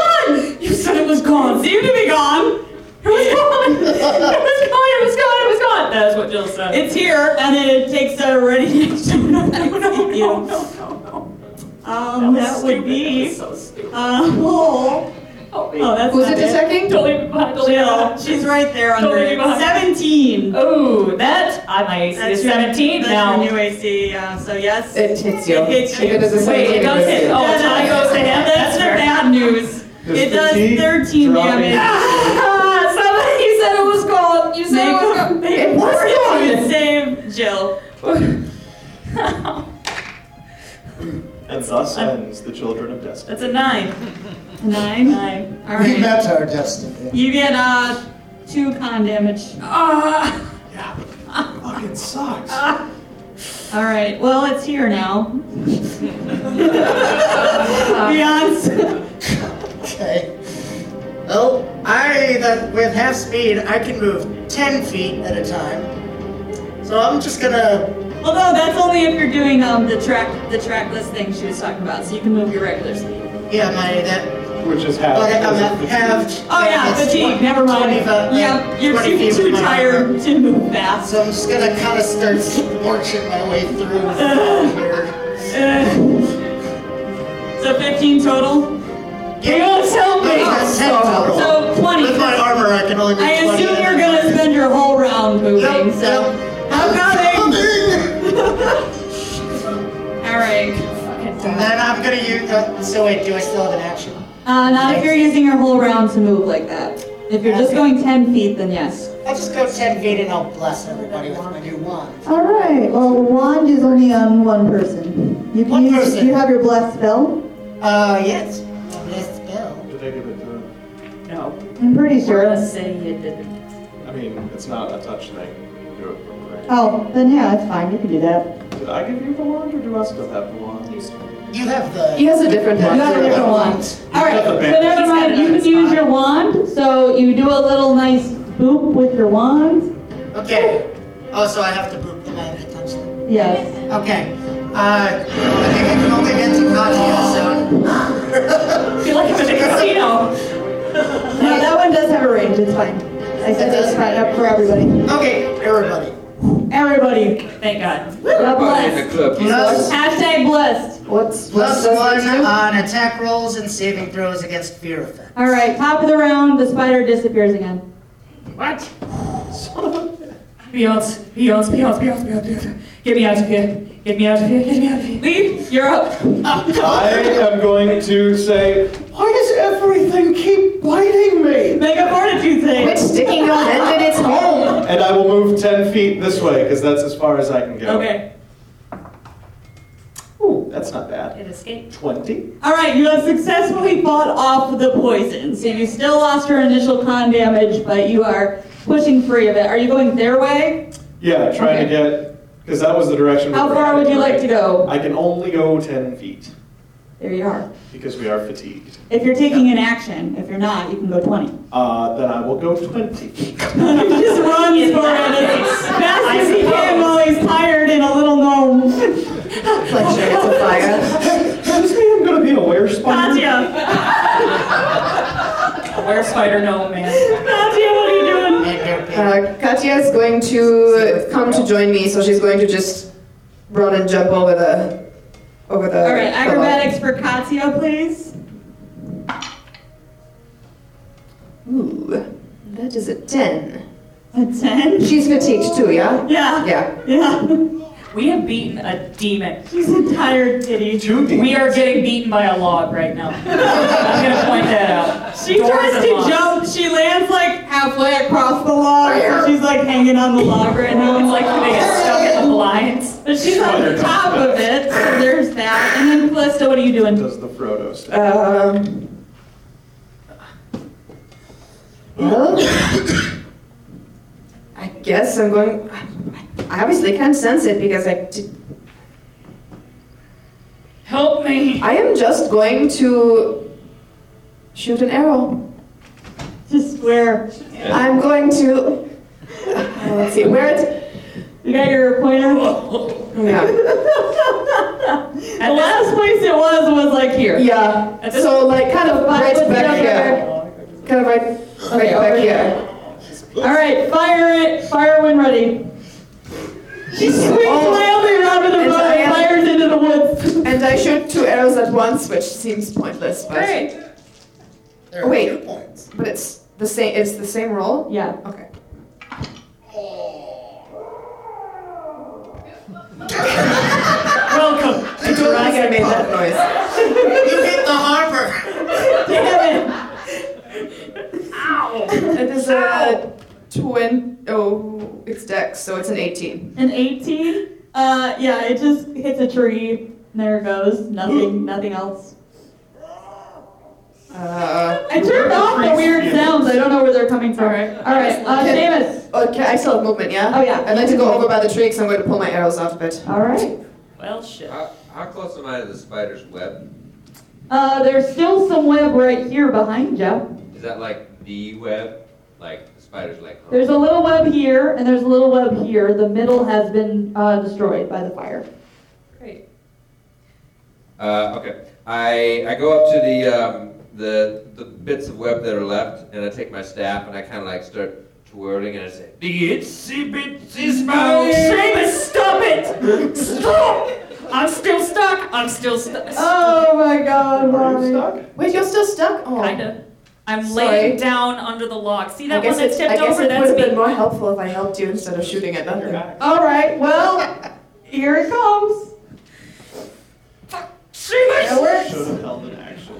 Speaker 2: gone.
Speaker 6: You said it was gone.
Speaker 2: It seemed to be gone.
Speaker 6: It was gone. It was gone. [LAUGHS] It was gone. It was gone. That's what Jill said.
Speaker 2: It's here, and then it takes a ready [LAUGHS] action. No,
Speaker 6: no, [LAUGHS] no, no, no.
Speaker 2: Um, that,
Speaker 6: was stupid.
Speaker 2: would
Speaker 6: That
Speaker 2: be
Speaker 6: was so stupid.
Speaker 2: a hole.
Speaker 6: Help me.
Speaker 2: Oh, that's
Speaker 3: Who's
Speaker 2: not
Speaker 3: it uh, attacking?
Speaker 6: Don't leave me behind. Don't leave me
Speaker 2: Jill,
Speaker 6: behind.
Speaker 2: she's right there
Speaker 6: Don't
Speaker 2: under
Speaker 6: leave me
Speaker 2: it.
Speaker 6: behind.
Speaker 2: Seventeen.
Speaker 6: Oh, that I my AC
Speaker 2: That's
Speaker 6: is
Speaker 2: your-
Speaker 6: 17
Speaker 2: that's
Speaker 6: now.
Speaker 2: Your new AC, yeah. So yes.
Speaker 3: It hits you.
Speaker 2: It hits you.
Speaker 3: If it is a
Speaker 6: Wait,
Speaker 3: seventeen,
Speaker 6: it does
Speaker 3: hits you.
Speaker 6: hit. Oh, time goes to him.
Speaker 2: That's
Speaker 6: That's
Speaker 2: the
Speaker 6: fair.
Speaker 2: bad news. [LAUGHS]
Speaker 4: Does
Speaker 2: it does
Speaker 4: 15
Speaker 2: 13
Speaker 4: drop
Speaker 2: damage.
Speaker 6: Ah, Somebody said it was gone. You said it
Speaker 2: [LAUGHS]
Speaker 6: was gone.
Speaker 2: Make
Speaker 3: It was
Speaker 2: a
Speaker 3: gone.
Speaker 2: save, Jill.
Speaker 4: And thus ends the Children of Destiny.
Speaker 2: That's a nine. Nine? Nine. All
Speaker 7: We
Speaker 2: right.
Speaker 7: met our destiny.
Speaker 2: You get uh, two con damage.
Speaker 4: Fucking sucks.
Speaker 2: All right. Well, it's here now. [LAUGHS] Beyonce.
Speaker 7: Okay. Well, Oh, I that with half speed I can move ten feet at a time. So I'm just gonna.
Speaker 2: Well, no, that's only if you're doing um the track the track list thing she was talking about. So you can move your regular speed.
Speaker 7: Yeah, my that
Speaker 4: Which is half.
Speaker 7: Well, I- I'm
Speaker 4: because
Speaker 7: at
Speaker 4: of the-
Speaker 7: half.
Speaker 2: Oh yeah,
Speaker 7: that's
Speaker 2: fatigue.
Speaker 7: 20
Speaker 2: Never mind.
Speaker 7: 25, like,
Speaker 2: Yep. You're
Speaker 7: 20
Speaker 2: too,
Speaker 7: uh, feet
Speaker 2: too
Speaker 7: from my
Speaker 2: tired
Speaker 7: upper.
Speaker 2: to move fast.
Speaker 7: So I'm just gonna kind of start marching my way through here.
Speaker 2: Uh, so 15 total.
Speaker 7: Yeah,
Speaker 2: tell
Speaker 7: that's 10 total.
Speaker 2: So 20.
Speaker 7: With my armor, I can only move
Speaker 2: I
Speaker 7: 20.
Speaker 2: assume you're gonna spend your whole round moving.
Speaker 7: Nope,
Speaker 2: So
Speaker 7: nope.
Speaker 2: I'm coming.
Speaker 7: coming. Then I'm gonna use. Uh, so wait, do I still have an action?
Speaker 2: Uh, not if you're using your whole round to move like that. If you're just going 10 feet, then yes.
Speaker 7: I'll just go ten feet and I'll bless everybody with my new wand.
Speaker 9: All right. Well, wand is only on one person. You can
Speaker 7: One
Speaker 9: use.
Speaker 7: person.
Speaker 9: You have your blessed spell.
Speaker 7: Uh, yes. Bless spell.
Speaker 4: Did I give it to him?
Speaker 6: No.
Speaker 9: I'm pretty
Speaker 6: We're
Speaker 9: sure.
Speaker 6: gonna say you didn't.
Speaker 4: I mean, it's not a touch thing. Do it from right.
Speaker 9: Oh, then yeah, it's fine. You can do that.
Speaker 4: Did I give you the wand, or do I still have the wand?
Speaker 7: You have the.
Speaker 3: He has a different one.
Speaker 2: You have a different one. Alright, so never mind. You can use your wand. So you do a little nice boop with your wand.
Speaker 7: Okay. Oh, so I have to boop them out. I touched them.
Speaker 2: Yes.
Speaker 7: Okay. Uh, I think I can only get to Katya soon.
Speaker 6: Feel like I'm in a casino.
Speaker 9: No, that one does have a range. It's fine. I said that's fine up for everybody.
Speaker 7: okay, everybody.
Speaker 2: Everybody.
Speaker 6: Thank God.
Speaker 2: God
Speaker 5: Everybody in
Speaker 2: bless.
Speaker 5: the club. you
Speaker 7: Plus,
Speaker 2: Hashtag blessed.
Speaker 3: What's
Speaker 7: plus
Speaker 6: Uh,
Speaker 3: what's
Speaker 7: one on attack rolls and saving throws against fear effect.
Speaker 2: Alright, top of the round. The spider disappears again.
Speaker 6: What? Beyonce, Beyonce, Beyonce, Beyonce, Beyonce. Get me out of here. Get me out of here. Get me out of here. Leave. You're up.
Speaker 4: I am going to say, why does everything keep biting me?
Speaker 6: Make a fortitude
Speaker 3: Quit
Speaker 6: thing.
Speaker 3: sticking your hand in its home.
Speaker 4: And I will move 10 feet this way, because that's as far as I can go.
Speaker 6: Okay.
Speaker 4: Ooh, that's not bad.
Speaker 6: It escaped.
Speaker 4: 20.
Speaker 2: All right, you have successfully fought off the poison, so you still lost your initial con damage, but you are pushing free of it. Are you going their way?
Speaker 4: Yeah, trying to get, because that was the direction. we
Speaker 2: How
Speaker 4: were
Speaker 2: far would
Speaker 4: headed,
Speaker 2: you like
Speaker 4: right?
Speaker 2: to go?
Speaker 4: I can only go 10 feet,
Speaker 2: There you are.
Speaker 4: because we are fatigued.
Speaker 2: If you're taking an action, if you're not, you can go 20.
Speaker 4: Uh, then I will go 20 feet. [LAUGHS]
Speaker 2: He just runs for it as [LAUGHS] fast as he can while he's tired and a little gnome.
Speaker 3: Like chariots of fire.
Speaker 4: Does this mean I'm going to be a were-spider?
Speaker 2: Nadia,
Speaker 6: Where spider gnome man?
Speaker 2: Nadia, what are you doing?
Speaker 3: Uh, Katya is going to come to join me, so she's going to just run and jump over the over the.
Speaker 2: All right,
Speaker 3: the
Speaker 2: acrobatics for Katya, please.
Speaker 3: log. Ooh, that is a ten.
Speaker 2: A 10?
Speaker 3: She's fatigued too, yeah.
Speaker 2: Yeah.
Speaker 3: Yeah.
Speaker 2: Yeah. [LAUGHS]
Speaker 6: We have beaten a demon.
Speaker 2: She's a tired kitty.
Speaker 4: Two feet.
Speaker 6: We are getting beaten by a log right now. I'm gonna point that out.
Speaker 2: She
Speaker 6: Doors
Speaker 2: tries
Speaker 6: and
Speaker 2: to
Speaker 6: locks.
Speaker 2: jump. She lands like halfway across the log, so she's like hanging on the log right now.
Speaker 6: It's
Speaker 2: It's
Speaker 6: like they
Speaker 2: like,
Speaker 6: get stuck in the
Speaker 2: [LAUGHS]
Speaker 6: blinds.
Speaker 2: but she's on the top of it. So there's that. And then Callista, what are you doing?
Speaker 4: Does the Frodo stuff.
Speaker 3: Um. Well, I guess I'm going. I obviously can't sense it because I. did-
Speaker 6: Help me.
Speaker 3: I am just going to shoot an arrow.
Speaker 2: Just where
Speaker 3: I'm going to. Uh, let's see where it.
Speaker 2: you got your pointer.
Speaker 3: Yeah.
Speaker 2: The last place it was was like here.
Speaker 3: Yeah. So like kind of right back here. Kind of right, right
Speaker 2: Okay, over
Speaker 3: back
Speaker 2: here.
Speaker 3: here.
Speaker 2: All right, fire it. Fire when ready. She swings
Speaker 3: Oh.
Speaker 2: wildly around in the
Speaker 3: It's
Speaker 2: woods,
Speaker 3: a-
Speaker 2: fires into the woods.
Speaker 3: And I shoot two arrows at once, which seems pointless, but
Speaker 2: Great.
Speaker 7: There are
Speaker 3: Wait.
Speaker 7: two points.
Speaker 3: but it's the same. It's the same roll.
Speaker 2: Yeah.
Speaker 7: [LAUGHS]
Speaker 3: Okay.
Speaker 6: Welcome.
Speaker 3: I don't think I made that noise.
Speaker 7: You hit the harbor.
Speaker 2: Damn it.
Speaker 3: It is a twin. Oh, it's dex, so it's an 18.
Speaker 2: An 18? Uh, yeah, it just hits a tree. There it goes. Nothing, nothing else.
Speaker 3: Uh,
Speaker 2: I turned off the weird sounds. I don't know where they're coming from. All right, All right. uh,
Speaker 3: Okay.
Speaker 2: Seamus.
Speaker 3: okay, I still have movement, yeah?
Speaker 2: Oh, yeah.
Speaker 3: I'd like to go over by the tree because I'm going to pull my arrows off of it.
Speaker 2: All right.
Speaker 6: Well, shit.
Speaker 5: How, how close am I to the spider's web?
Speaker 2: Uh, there's still some web right here behind you.
Speaker 5: Is that like the web? Like the spider's like. huh?
Speaker 2: There's a little web here, and there's a little web here. The middle has been uh, destroyed by the fire.
Speaker 6: Great.
Speaker 5: Uh, okay. I I go up to the um, the the bits of web that are left, and I take my staff and I kind of like start twirling, and I say, "The itsy bitsy spider."
Speaker 6: Seamus, stop it! Stop! I'm still stuck. I'm still stuck.
Speaker 2: Oh my god,
Speaker 4: Uh, Are
Speaker 2: Bobby.
Speaker 4: you stuck?
Speaker 3: Wait, you're still stuck? Oh.
Speaker 6: Kinda. I'm
Speaker 3: Sorry.
Speaker 6: laying down under the log. See
Speaker 3: I
Speaker 6: that one
Speaker 3: guess
Speaker 6: that
Speaker 3: it,
Speaker 6: tipped
Speaker 3: I guess
Speaker 6: over?
Speaker 3: it would
Speaker 6: That's
Speaker 3: have
Speaker 6: me.
Speaker 3: been more helpful if I helped you instead of shooting at
Speaker 4: You're
Speaker 3: nothing.
Speaker 4: back.
Speaker 2: All right, well, here it comes.
Speaker 6: She
Speaker 2: That works.
Speaker 4: Should have held an action.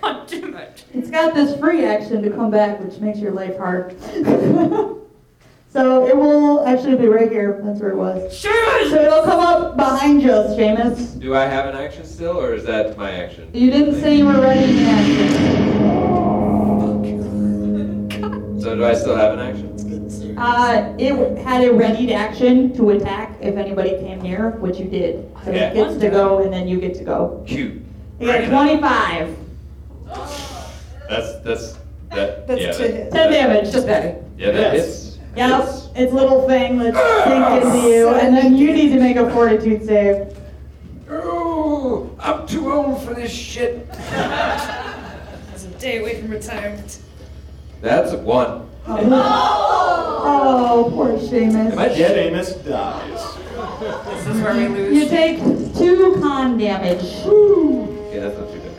Speaker 10: God damn it.
Speaker 2: It's got this free action to come back, which makes your life hard. [LAUGHS] so it will actually be right here. That's where it was.
Speaker 10: Seamus!
Speaker 2: So it'll come up behind you, Seamus.
Speaker 5: Do I have an action still, or is that my action?
Speaker 2: You didn't say you were ready to action.
Speaker 5: So do I still have an action?
Speaker 2: Uh, it had a ready to action to attack if anybody came near, which you did. So
Speaker 5: Yeah.
Speaker 2: it gets to go, and then you get to go.
Speaker 5: Cute.
Speaker 2: You got
Speaker 5: Right.
Speaker 2: 25.
Speaker 5: That's that's that.
Speaker 8: That's
Speaker 5: yeah,
Speaker 8: two
Speaker 5: that-
Speaker 8: hits.
Speaker 2: 10 damage, just that.
Speaker 5: Yeah, that
Speaker 4: Yes.
Speaker 5: hits.
Speaker 2: Yep,
Speaker 5: Hits.
Speaker 2: it's little thing that's sinking into you, and then you need to make a fortitude save.
Speaker 11: Ooh, I'm too old for this shit.
Speaker 8: It's a day away from retirement.
Speaker 5: That's a one.
Speaker 2: Oh, poor
Speaker 5: Am
Speaker 2: Seamus.
Speaker 5: I dead?
Speaker 4: Seamus dies.
Speaker 8: This is where
Speaker 3: [LAUGHS]
Speaker 8: we lose.
Speaker 2: You take two con damage.
Speaker 5: Yeah, that's not too bad.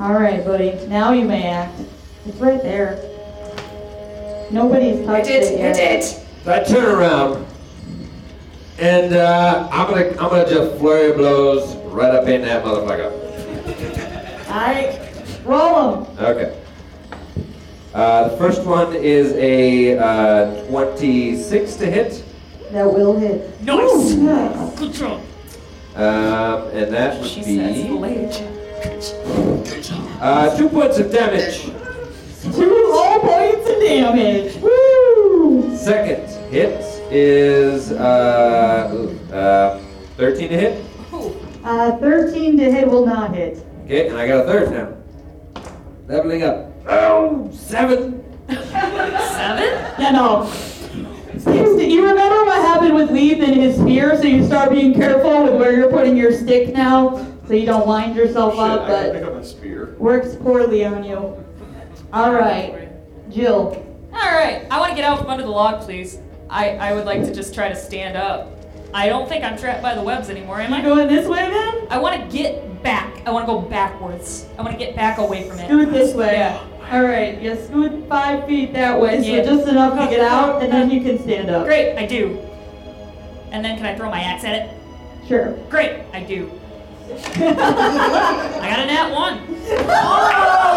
Speaker 2: All right, buddy. Now you may act. It's right there. Nobody's
Speaker 8: I
Speaker 2: touched
Speaker 8: did.
Speaker 2: it yet.
Speaker 8: I did.
Speaker 5: So I turn around, and uh, I'm gonna I'm gonna just flurry of blows right up in that motherfucker.
Speaker 2: All right, roll them.
Speaker 5: Okay. Uh, the first one is a uh, 26 to hit,
Speaker 2: That will hit.
Speaker 6: Nice.
Speaker 2: Ooh, yes.
Speaker 6: Good job.
Speaker 5: um, and that would
Speaker 12: She
Speaker 5: be
Speaker 12: says, late.
Speaker 5: uh, two points of damage.
Speaker 2: Two whole points of damage. Woo!
Speaker 5: Second hit is uh, ooh, uh, 13 to hit.
Speaker 2: Uh, 13 to hit will not hit.
Speaker 5: Okay, and I got a third now. Leveling up. Oh, seven.
Speaker 8: Seven?
Speaker 2: Yeah, no. You you remember what happened with Leaf and his spear, so you start being careful with where you're putting your stick now, so you don't wind yourself
Speaker 4: Shit,
Speaker 2: up,
Speaker 4: I gotta
Speaker 2: but
Speaker 4: pick up my spear.
Speaker 2: works poorly on you. All right, Jill.
Speaker 6: All right, I want to get out from under the log, please. I, I would like to just try to stand up. I don't think I'm trapped by the webs anymore, am I?
Speaker 2: Going this way then?
Speaker 6: I want to get back. I want to go backwards. I want to get back away from it.
Speaker 2: Scoot this way.
Speaker 6: Yeah.
Speaker 2: All right, you scoot five feet that way, so
Speaker 6: Yeah.
Speaker 2: just enough to get out, and then you can stand up.
Speaker 6: Great, I do. And then can I throw my axe at it?
Speaker 2: Sure.
Speaker 6: Great,
Speaker 3: [LAUGHS]
Speaker 6: I do. I got a nat one.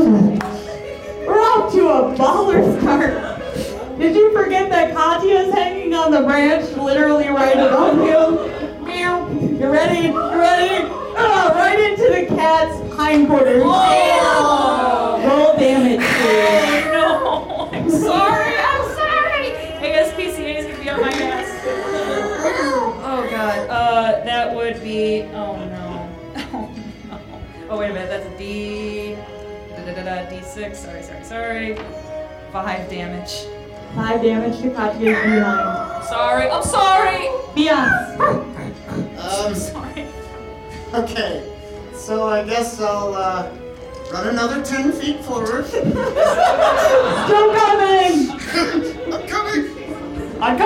Speaker 2: We're off to a baller start. Did you forget that Katya is hanging on the branch, literally right above you? Meow. You ready? You ready? Oh, right into the cat's hindquarters. Roll damage. please.
Speaker 6: [LAUGHS] No, I'm sorry. I'm sorry. I guess PCA is gonna be on my ass. [LAUGHS] Oh god. Uh, that would be. Oh no. [LAUGHS] Oh no. Oh wait a minute. That's a D. Da da da da. D6. Sorry, sorry, sorry. Five damage.
Speaker 2: Five damage to Katya's behind.
Speaker 6: Sorry. I'm sorry.
Speaker 2: Beyond.
Speaker 7: Um,
Speaker 6: Sorry.
Speaker 7: okay. So I guess I'll uh, run another 10 feet forward.
Speaker 2: Still coming.
Speaker 7: [LAUGHS] I'm coming!
Speaker 6: I'm coming.
Speaker 7: I'm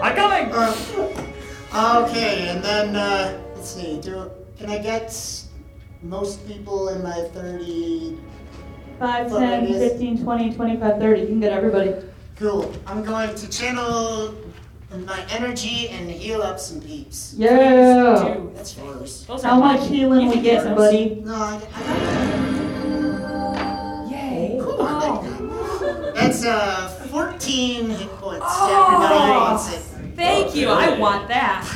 Speaker 7: coming!
Speaker 6: I'm coming.
Speaker 7: Uh, okay, and then uh, let's see. Do can I get most people in my thirty?
Speaker 2: 5, 10, 15, 20, 25, 30. You can get everybody.
Speaker 7: Cool. I'm going to channel my energy and heal up some peeps.
Speaker 2: Yeah.
Speaker 6: Two.
Speaker 7: That's worse.
Speaker 6: Those are
Speaker 2: How much
Speaker 6: mine.
Speaker 2: healing we getting, buddy?
Speaker 7: No, I. I Yay! Cool. [LAUGHS] That's uh, 14 hit points. to everybody who wants it.
Speaker 6: Thank you. I want that.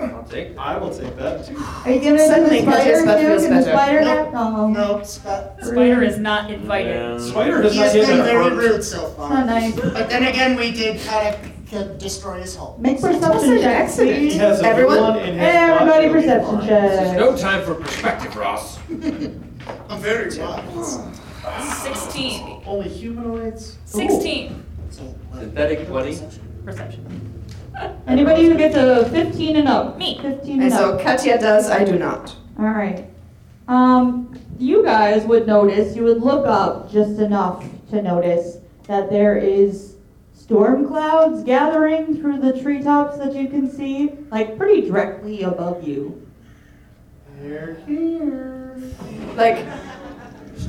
Speaker 5: I'll take.
Speaker 4: I will take that too.
Speaker 2: Are you gonna
Speaker 3: Suddenly,
Speaker 2: do the
Speaker 3: Katya's
Speaker 2: spider
Speaker 3: butt
Speaker 2: too?
Speaker 3: feels
Speaker 2: Can the
Speaker 3: better.
Speaker 2: spider
Speaker 7: Nope.
Speaker 2: have- Oh,
Speaker 7: No, Scott.
Speaker 6: Spider is not invited.
Speaker 4: Spider does
Speaker 7: He
Speaker 4: not
Speaker 7: has
Speaker 4: get
Speaker 7: been very
Speaker 4: that hurt.
Speaker 7: rude so far.
Speaker 2: not nice.
Speaker 7: But then again, we did kind of destroy his home.
Speaker 2: Make
Speaker 3: What's
Speaker 2: perception
Speaker 3: an
Speaker 2: checks.
Speaker 4: He
Speaker 3: accident?
Speaker 4: has a good
Speaker 3: Everyone?
Speaker 4: one in his
Speaker 2: Hey, everybody,
Speaker 4: pocket.
Speaker 2: perception
Speaker 5: There's
Speaker 2: check.
Speaker 5: no time for perspective, Ross.
Speaker 7: I'm very wise.
Speaker 6: 16.
Speaker 4: Only humanoids.
Speaker 6: 16.
Speaker 5: Synthetic 20.
Speaker 6: Perception.
Speaker 2: Anybody who gets a 15 and up.
Speaker 6: Me.
Speaker 2: 15
Speaker 3: And
Speaker 2: and
Speaker 3: so
Speaker 2: up.
Speaker 3: Katya does, I do not.
Speaker 2: All right. Um, you guys would notice. You would look up just enough to notice that there is storm clouds gathering through the treetops that you can see, like pretty directly above you.
Speaker 4: They're here.
Speaker 3: Like,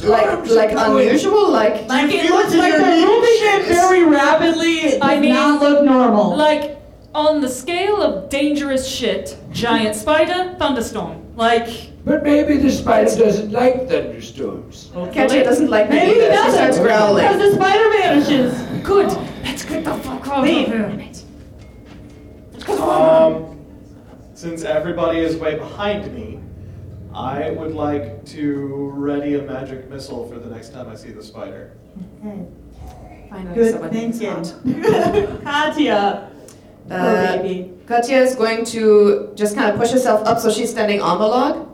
Speaker 3: like, like unusual, like.
Speaker 2: Like
Speaker 7: You
Speaker 2: it
Speaker 7: feel
Speaker 2: looks
Speaker 7: it in
Speaker 2: like
Speaker 7: your
Speaker 2: they're
Speaker 7: knees?
Speaker 2: moving it very rapidly. It does
Speaker 6: I mean,
Speaker 2: not look normal.
Speaker 6: Like, On the scale of dangerous shit, giant spider, thunderstorm. Like,
Speaker 8: But maybe the spider doesn't like thunderstorms.
Speaker 3: Katya doesn't like me.
Speaker 2: Maybe he
Speaker 3: either. She
Speaker 2: doesn't.
Speaker 3: starts growling.
Speaker 2: Because the spider vanishes.
Speaker 6: good. Let's get the fuck out of
Speaker 2: Leave.
Speaker 6: here.
Speaker 4: Um, since everybody is way behind me, I would like to ready a magic missile for the next time I see the spider.
Speaker 9: Finally,
Speaker 2: Good
Speaker 9: someone
Speaker 2: thinking. [LAUGHS]
Speaker 9: smart.
Speaker 2: Katya.
Speaker 3: Uh,
Speaker 2: oh, baby.
Speaker 3: Katya is going to just kind of push herself up so she's standing on the log,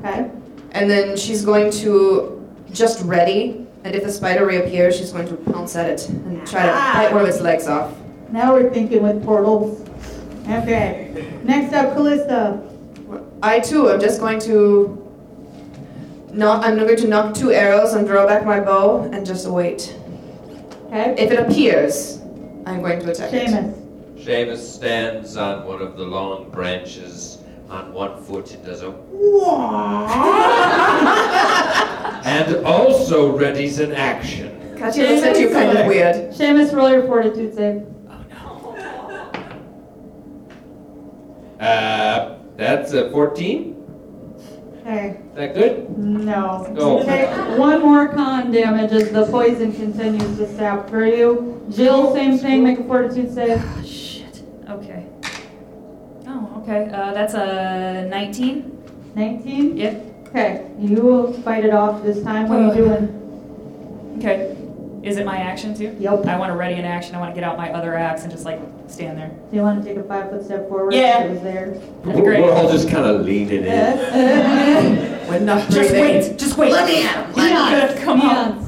Speaker 2: Okay.
Speaker 3: and then she's going to just ready. And if the spider reappears, she's going to pounce at it and try to
Speaker 2: Ah.
Speaker 3: bite one of its legs off.
Speaker 2: Now we're thinking with portals. Okay. Next up, Callista.
Speaker 3: I too am just going to. Knock, I'm going to knock two arrows and draw back my bow and just wait.
Speaker 2: Okay.
Speaker 3: If it appears, I'm going to attack it.
Speaker 2: Seamus.
Speaker 5: Seamus stands on one of the long branches on one foot and does a and also readies an action.
Speaker 3: Katya looks at you kind of weird.
Speaker 2: Seamus, roll your fortitude save.
Speaker 5: Uh, that's a 14.
Speaker 2: Okay.
Speaker 5: Is that good? Oh.
Speaker 2: No.
Speaker 5: No.
Speaker 2: Okay. One more con damage as the poison continues to sap through you. Jill, same thing. Make a fortitude save.
Speaker 6: Oh, shit. Okay. Oh, okay. Uh, that's a 19.
Speaker 2: 19.
Speaker 6: Yep.
Speaker 2: Okay. You will fight it off this time. What are you doing?
Speaker 6: Okay. Is it my action too?
Speaker 2: Yep.
Speaker 6: I want to ready an action. I want to get out my other axe and just like stand there.
Speaker 2: Do you want to take a five foot step forward?
Speaker 6: Yeah.
Speaker 2: It was there.
Speaker 6: That'd be great.
Speaker 5: We're all just kind of leaning in.
Speaker 3: We're not
Speaker 6: Just
Speaker 3: breathing.
Speaker 6: wait. Just wait.
Speaker 7: Let me at him. Let me
Speaker 6: Good, Come on.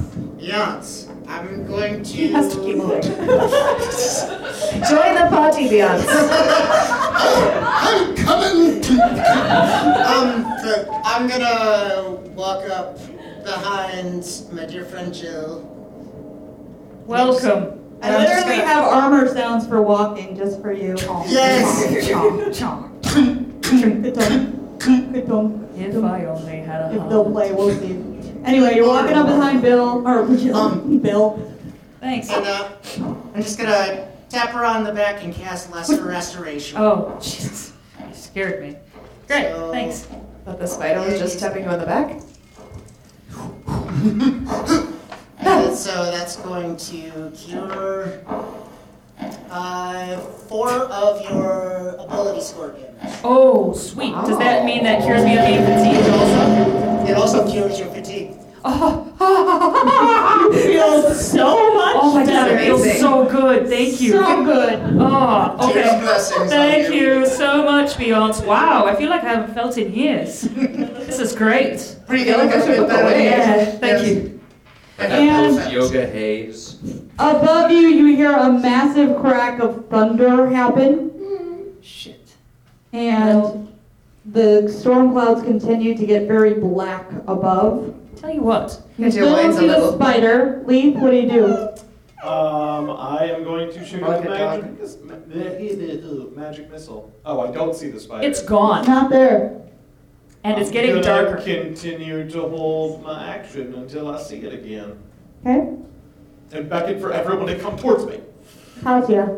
Speaker 7: Yance, I'm going to.
Speaker 3: He has to keep moving. [LAUGHS] Join the party, Beyonce. [LAUGHS]
Speaker 7: I'm coming. um, but I'm gonna walk up behind my dear friend Jill.
Speaker 6: Welcome.
Speaker 2: I
Speaker 7: I'm just
Speaker 2: literally
Speaker 7: gonna-
Speaker 2: have armor sounds for walking just for you.
Speaker 7: Yes.
Speaker 6: Chomp, chomp.
Speaker 2: Ka-dunk, ka-dunk.
Speaker 6: If I only had a
Speaker 2: If they'll
Speaker 6: heart.
Speaker 2: play, we'll see. Anyway, you're walking up behind Bill, or [LAUGHS] Jill,
Speaker 7: Um.
Speaker 2: Bill.
Speaker 6: Thanks.
Speaker 7: And uh, I'm just gonna tap her on the back and cast Lesser Restoration.
Speaker 6: Oh, Jesus. You scared me. Great. Thanks.
Speaker 3: Thought the spider was just tapping you on the back.
Speaker 7: And so that's going to cure uh, four of your ability score damage.
Speaker 6: Oh, sweet. Does that mean that cures me of being fatigued also?
Speaker 7: It also cures your fatigue.
Speaker 2: Feels so much
Speaker 6: Oh my god,
Speaker 2: better.
Speaker 6: it feels
Speaker 3: amazing.
Speaker 6: so good. Thank you.
Speaker 2: So good.
Speaker 6: Oh,
Speaker 7: Tears
Speaker 6: okay.
Speaker 7: of blessings on
Speaker 6: Thank you so much, Beyonce. Wow, I feel like I haven't felt in years. this is great.
Speaker 7: Pretty
Speaker 3: Yeah,
Speaker 7: good.
Speaker 3: like I should
Speaker 7: Good
Speaker 3: look
Speaker 7: better
Speaker 3: away.
Speaker 7: than-
Speaker 6: Yeah, thank you.
Speaker 5: That
Speaker 7: And-
Speaker 5: yoga haze.
Speaker 2: Above you, you hear a massive crack of thunder happen,
Speaker 6: Shit.
Speaker 2: and the storm clouds continue to get very black above.
Speaker 6: Tell you what.
Speaker 2: You
Speaker 3: Katya
Speaker 2: still don't
Speaker 3: whines a
Speaker 2: see the
Speaker 3: little.
Speaker 2: spider. Leaf, what do you do?
Speaker 4: Um, I am going to shoot
Speaker 3: Like
Speaker 4: a
Speaker 3: a
Speaker 4: magic, mis- ma- magic missile. Oh, I don't see the spider.
Speaker 6: It's gone.
Speaker 2: Not there.
Speaker 6: And it's
Speaker 4: I'm
Speaker 6: getting
Speaker 4: gonna
Speaker 6: darker.
Speaker 4: Continue to hold my action until I see it again,
Speaker 2: Okay.
Speaker 4: and beckon for everyone to come towards me.
Speaker 2: Katya.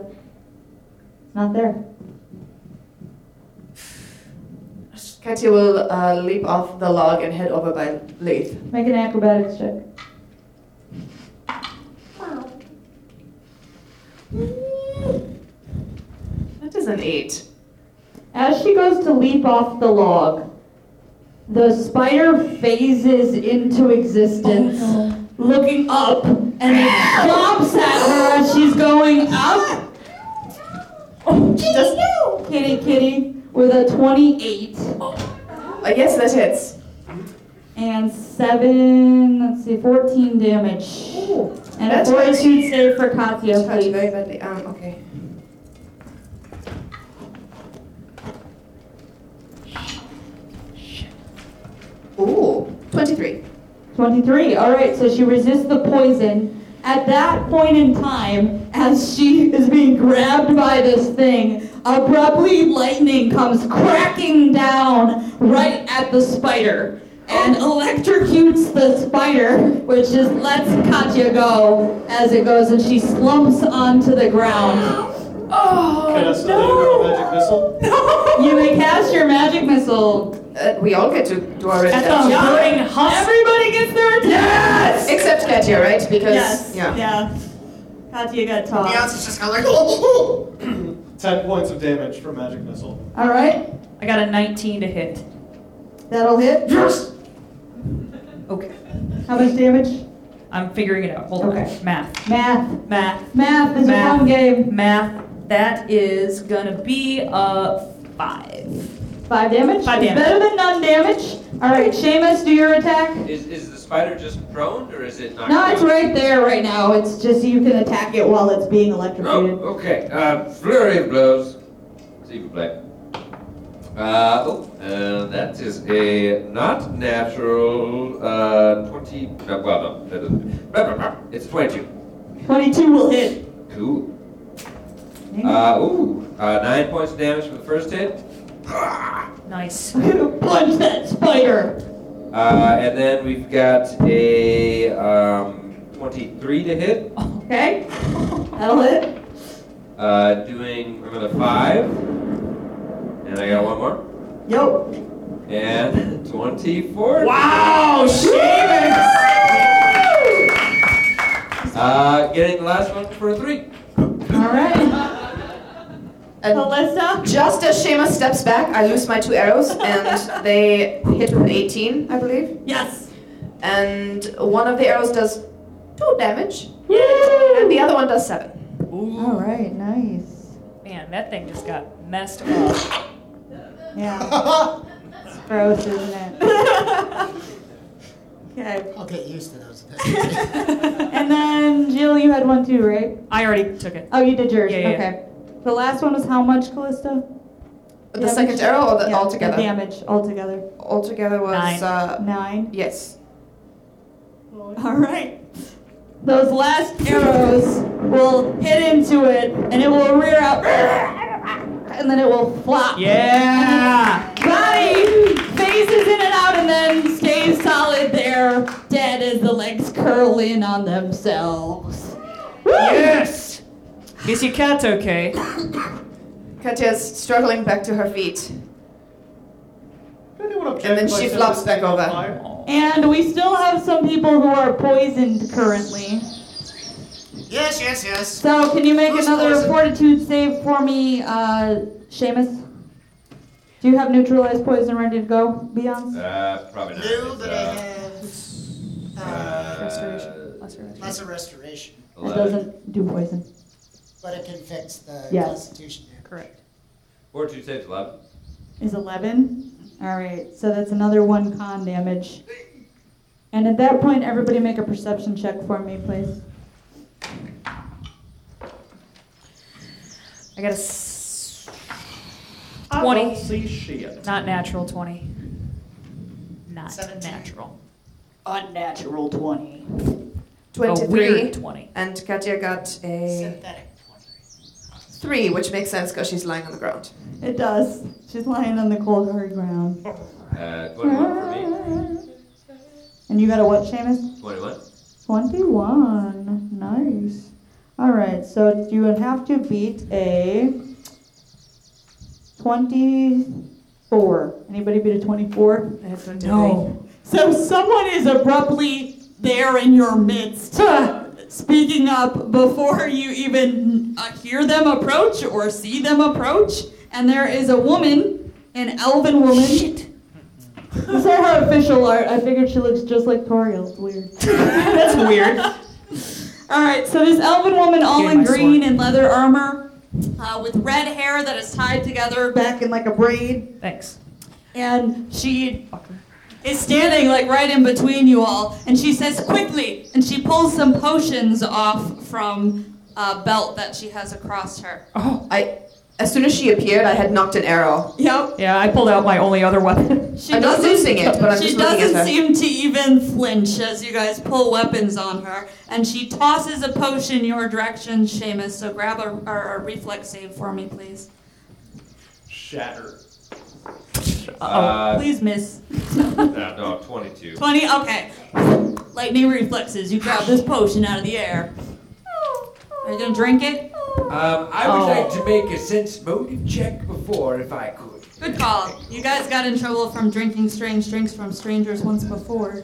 Speaker 2: Not there.
Speaker 3: Katya will uh, leap off the log and head over by Leith.
Speaker 2: Make an acrobatics check.
Speaker 3: That is an eight.
Speaker 2: As she goes to leap off the log, the spider phases into existence, looking up, and it jumps at her as she's going up. Oh, kitty, no! Kitty, kitty, with a 28
Speaker 3: I guess Uh, that hits.
Speaker 2: and 7, let's see, 14 damage. and a
Speaker 3: that's
Speaker 2: fortitude save for Katya,
Speaker 3: Touched
Speaker 2: please.
Speaker 3: very badly. Um, okay. Ooh, 23.
Speaker 2: 23. All right, so she resists the poison. At that point in time, as she is being grabbed by this thing, abruptly lightning comes cracking down right at the spider and electrocutes the spider, which just [LAUGHS] lets Katya go as it goes and she slumps onto the ground. Oh,
Speaker 4: Can I still do a magic missile?
Speaker 2: You may cast your magic missile.
Speaker 3: Uh, we all get to do our red
Speaker 2: At the
Speaker 3: action.
Speaker 2: burning husk. Everybody gets their attack.
Speaker 3: Except Katya, right? Because
Speaker 2: Yes.
Speaker 3: yeah.
Speaker 2: Yeah. Katya got taught.
Speaker 7: Beyonce's just kind of like, [LAUGHS] oh, oh, oh.
Speaker 4: 10 points of damage from magic missile.
Speaker 13: All right,
Speaker 6: I got a 19 to hit.
Speaker 13: that'll hit.
Speaker 4: Yes!
Speaker 6: Okay.
Speaker 13: How much damage?
Speaker 6: I'm figuring it out. Hold
Speaker 13: Okay.
Speaker 6: on. Math.
Speaker 13: Math.
Speaker 6: Math.
Speaker 13: Math is
Speaker 6: Math.
Speaker 13: a fun game.
Speaker 6: Math. That is gonna be a five.
Speaker 13: Five damage.
Speaker 6: Five
Speaker 13: It's
Speaker 6: damage.
Speaker 13: Better than none damage. All right, Seamus, do your attack.
Speaker 5: Is, is the spider just prone or is it not?
Speaker 13: No, it's right there right now. It's just you can attack it while it's being
Speaker 5: Oh,
Speaker 13: electrocuted.
Speaker 5: okay. Uh, flurry of blows. See if you play. Uh, oh, uh, that is a not natural uh, 20. Uh, well, no, that doesn't. Blah, blah, blah. It's 22.
Speaker 13: Oh.
Speaker 2: 22
Speaker 13: [LAUGHS]
Speaker 2: will hit.
Speaker 5: Cool. Uh, ooh, uh, nine points of damage from the first hit.
Speaker 6: Nice.
Speaker 2: I'm gonna punch that spider.
Speaker 5: Uh, and then we've got a um, 23 to hit.
Speaker 13: Okay, that'll hit.
Speaker 5: Uh, doing another five. And I got one more.
Speaker 13: Yo.
Speaker 5: And 24.
Speaker 7: Wow, Seamus!
Speaker 5: Uh, getting the last one for a three.
Speaker 13: All right.
Speaker 3: And
Speaker 2: Melissa?
Speaker 3: just as Seamus steps back, I lose my two arrows, and they hit with 18, I believe.
Speaker 2: Yes.
Speaker 3: And one of the arrows does two damage, and the other one does seven.
Speaker 13: All right. Nice.
Speaker 6: Man, that thing just got messed up.
Speaker 13: Yeah.
Speaker 7: [LAUGHS]
Speaker 13: it's gross, isn't it?
Speaker 2: Okay.
Speaker 7: I'll get used to those. [LAUGHS] attacks.
Speaker 13: [LAUGHS] And then Jill, you had one too, right?
Speaker 6: I already took it.
Speaker 13: Oh, you did yours.
Speaker 6: Yeah, yeah, yeah.
Speaker 13: okay. The last one was how much, Callista?
Speaker 3: The
Speaker 13: Damage?
Speaker 3: second arrow, or the
Speaker 13: Yeah,
Speaker 3: altogether?
Speaker 13: The damage altogether.
Speaker 3: Altogether was
Speaker 6: Nine.
Speaker 3: uh,
Speaker 13: Nine.
Speaker 3: yes.
Speaker 2: All right. Those last arrows will hit into it, and it will rear out, and then it will flop.
Speaker 6: Yeah!
Speaker 2: Body phases in and out, and then stays solid there, dead as the legs curl in on themselves.
Speaker 6: Yes! Is your cat okay?
Speaker 3: Katya's struggling back to her feet.
Speaker 4: Can anyone object
Speaker 3: And then
Speaker 4: if I
Speaker 3: she
Speaker 4: set
Speaker 3: flops
Speaker 4: this
Speaker 3: back
Speaker 4: thing on
Speaker 3: over.
Speaker 4: fire?
Speaker 2: And we still have some people who are poisoned currently.
Speaker 7: yes, yes, yes.
Speaker 2: So, can you make
Speaker 7: Who's
Speaker 2: another
Speaker 7: poisoned?
Speaker 2: fortitude save for me, uh, Seamus? Do you have neutralized poison ready to go, Beyonce?
Speaker 5: Uh, probably not.
Speaker 7: New
Speaker 5: It's,
Speaker 7: that I
Speaker 5: uh,
Speaker 7: have.
Speaker 5: uh,
Speaker 7: Uh,
Speaker 6: Restoration.
Speaker 7: that's a restoration,
Speaker 2: That
Speaker 5: 11.
Speaker 2: doesn't do poison.
Speaker 7: but it can fix the
Speaker 2: Yes.
Speaker 7: constitution. damage.
Speaker 6: Correct.
Speaker 5: Fortitude saves 11.
Speaker 2: Is 11? Alright, so that's another 1 con damage. And at that point, everybody make a perception check for me, please.
Speaker 6: I got a s-
Speaker 4: I
Speaker 6: 20.
Speaker 4: don't see shit.
Speaker 6: not natural 20. Not
Speaker 7: Seventeen.
Speaker 6: natural.
Speaker 2: Unnatural 20.
Speaker 6: A
Speaker 3: 23.
Speaker 6: weird 20.
Speaker 3: And Katya got a
Speaker 7: Synthetic. twenty.
Speaker 3: three, which makes sense because she's lying on the ground.
Speaker 2: It does. She's lying on the cold, hard ground.
Speaker 5: Uh, 21 for me.
Speaker 2: And you got a what, Seamus?
Speaker 5: 21.
Speaker 2: 21. Nice. Alright, so you would have to beat a 24. Anybody beat a 24?
Speaker 6: No.
Speaker 2: So someone is abruptly there in your midst, speaking up before you even uh, hear them approach or see them approach. And there is a woman, an elven woman. Shit. These are her official art. I figured she looks just like Toriel. It's weird.
Speaker 6: [LAUGHS] That's weird.
Speaker 2: All right, so this elven woman, all
Speaker 6: Getting
Speaker 2: in
Speaker 6: my sword.
Speaker 2: green and leather armor, uh, with red hair that is tied together back in like a braid,
Speaker 6: Thanks.
Speaker 2: and she
Speaker 6: Fucker.
Speaker 2: is standing like right in between you all, and she says quickly, and she pulls some potions off from a belt that she has across her.
Speaker 6: Oh.
Speaker 3: I, as soon as she appeared, I had knocked an arrow.
Speaker 2: Yep.
Speaker 6: Yeah, I pulled out my only other weapon. [LAUGHS]
Speaker 2: She
Speaker 3: I'm not
Speaker 2: doesn't-
Speaker 3: losing it, but I'm
Speaker 2: she
Speaker 3: just looking at
Speaker 2: doesn't
Speaker 3: her.
Speaker 2: seem to even flinch as you guys pull weapons on her, and she tosses a potion your direction, Seamus. So grab a, or a reflex save for me, please.
Speaker 4: Shatter.
Speaker 5: Uh,
Speaker 2: Please miss.
Speaker 5: no, no, 22.
Speaker 2: 20? Okay. Lightning reflexes. You grab this potion out of the air. Are you going to drink it?
Speaker 8: Um, I would like to make a sense motive check before, if I could.
Speaker 2: Good call. You guys got in trouble from drinking strange drinks from strangers once before.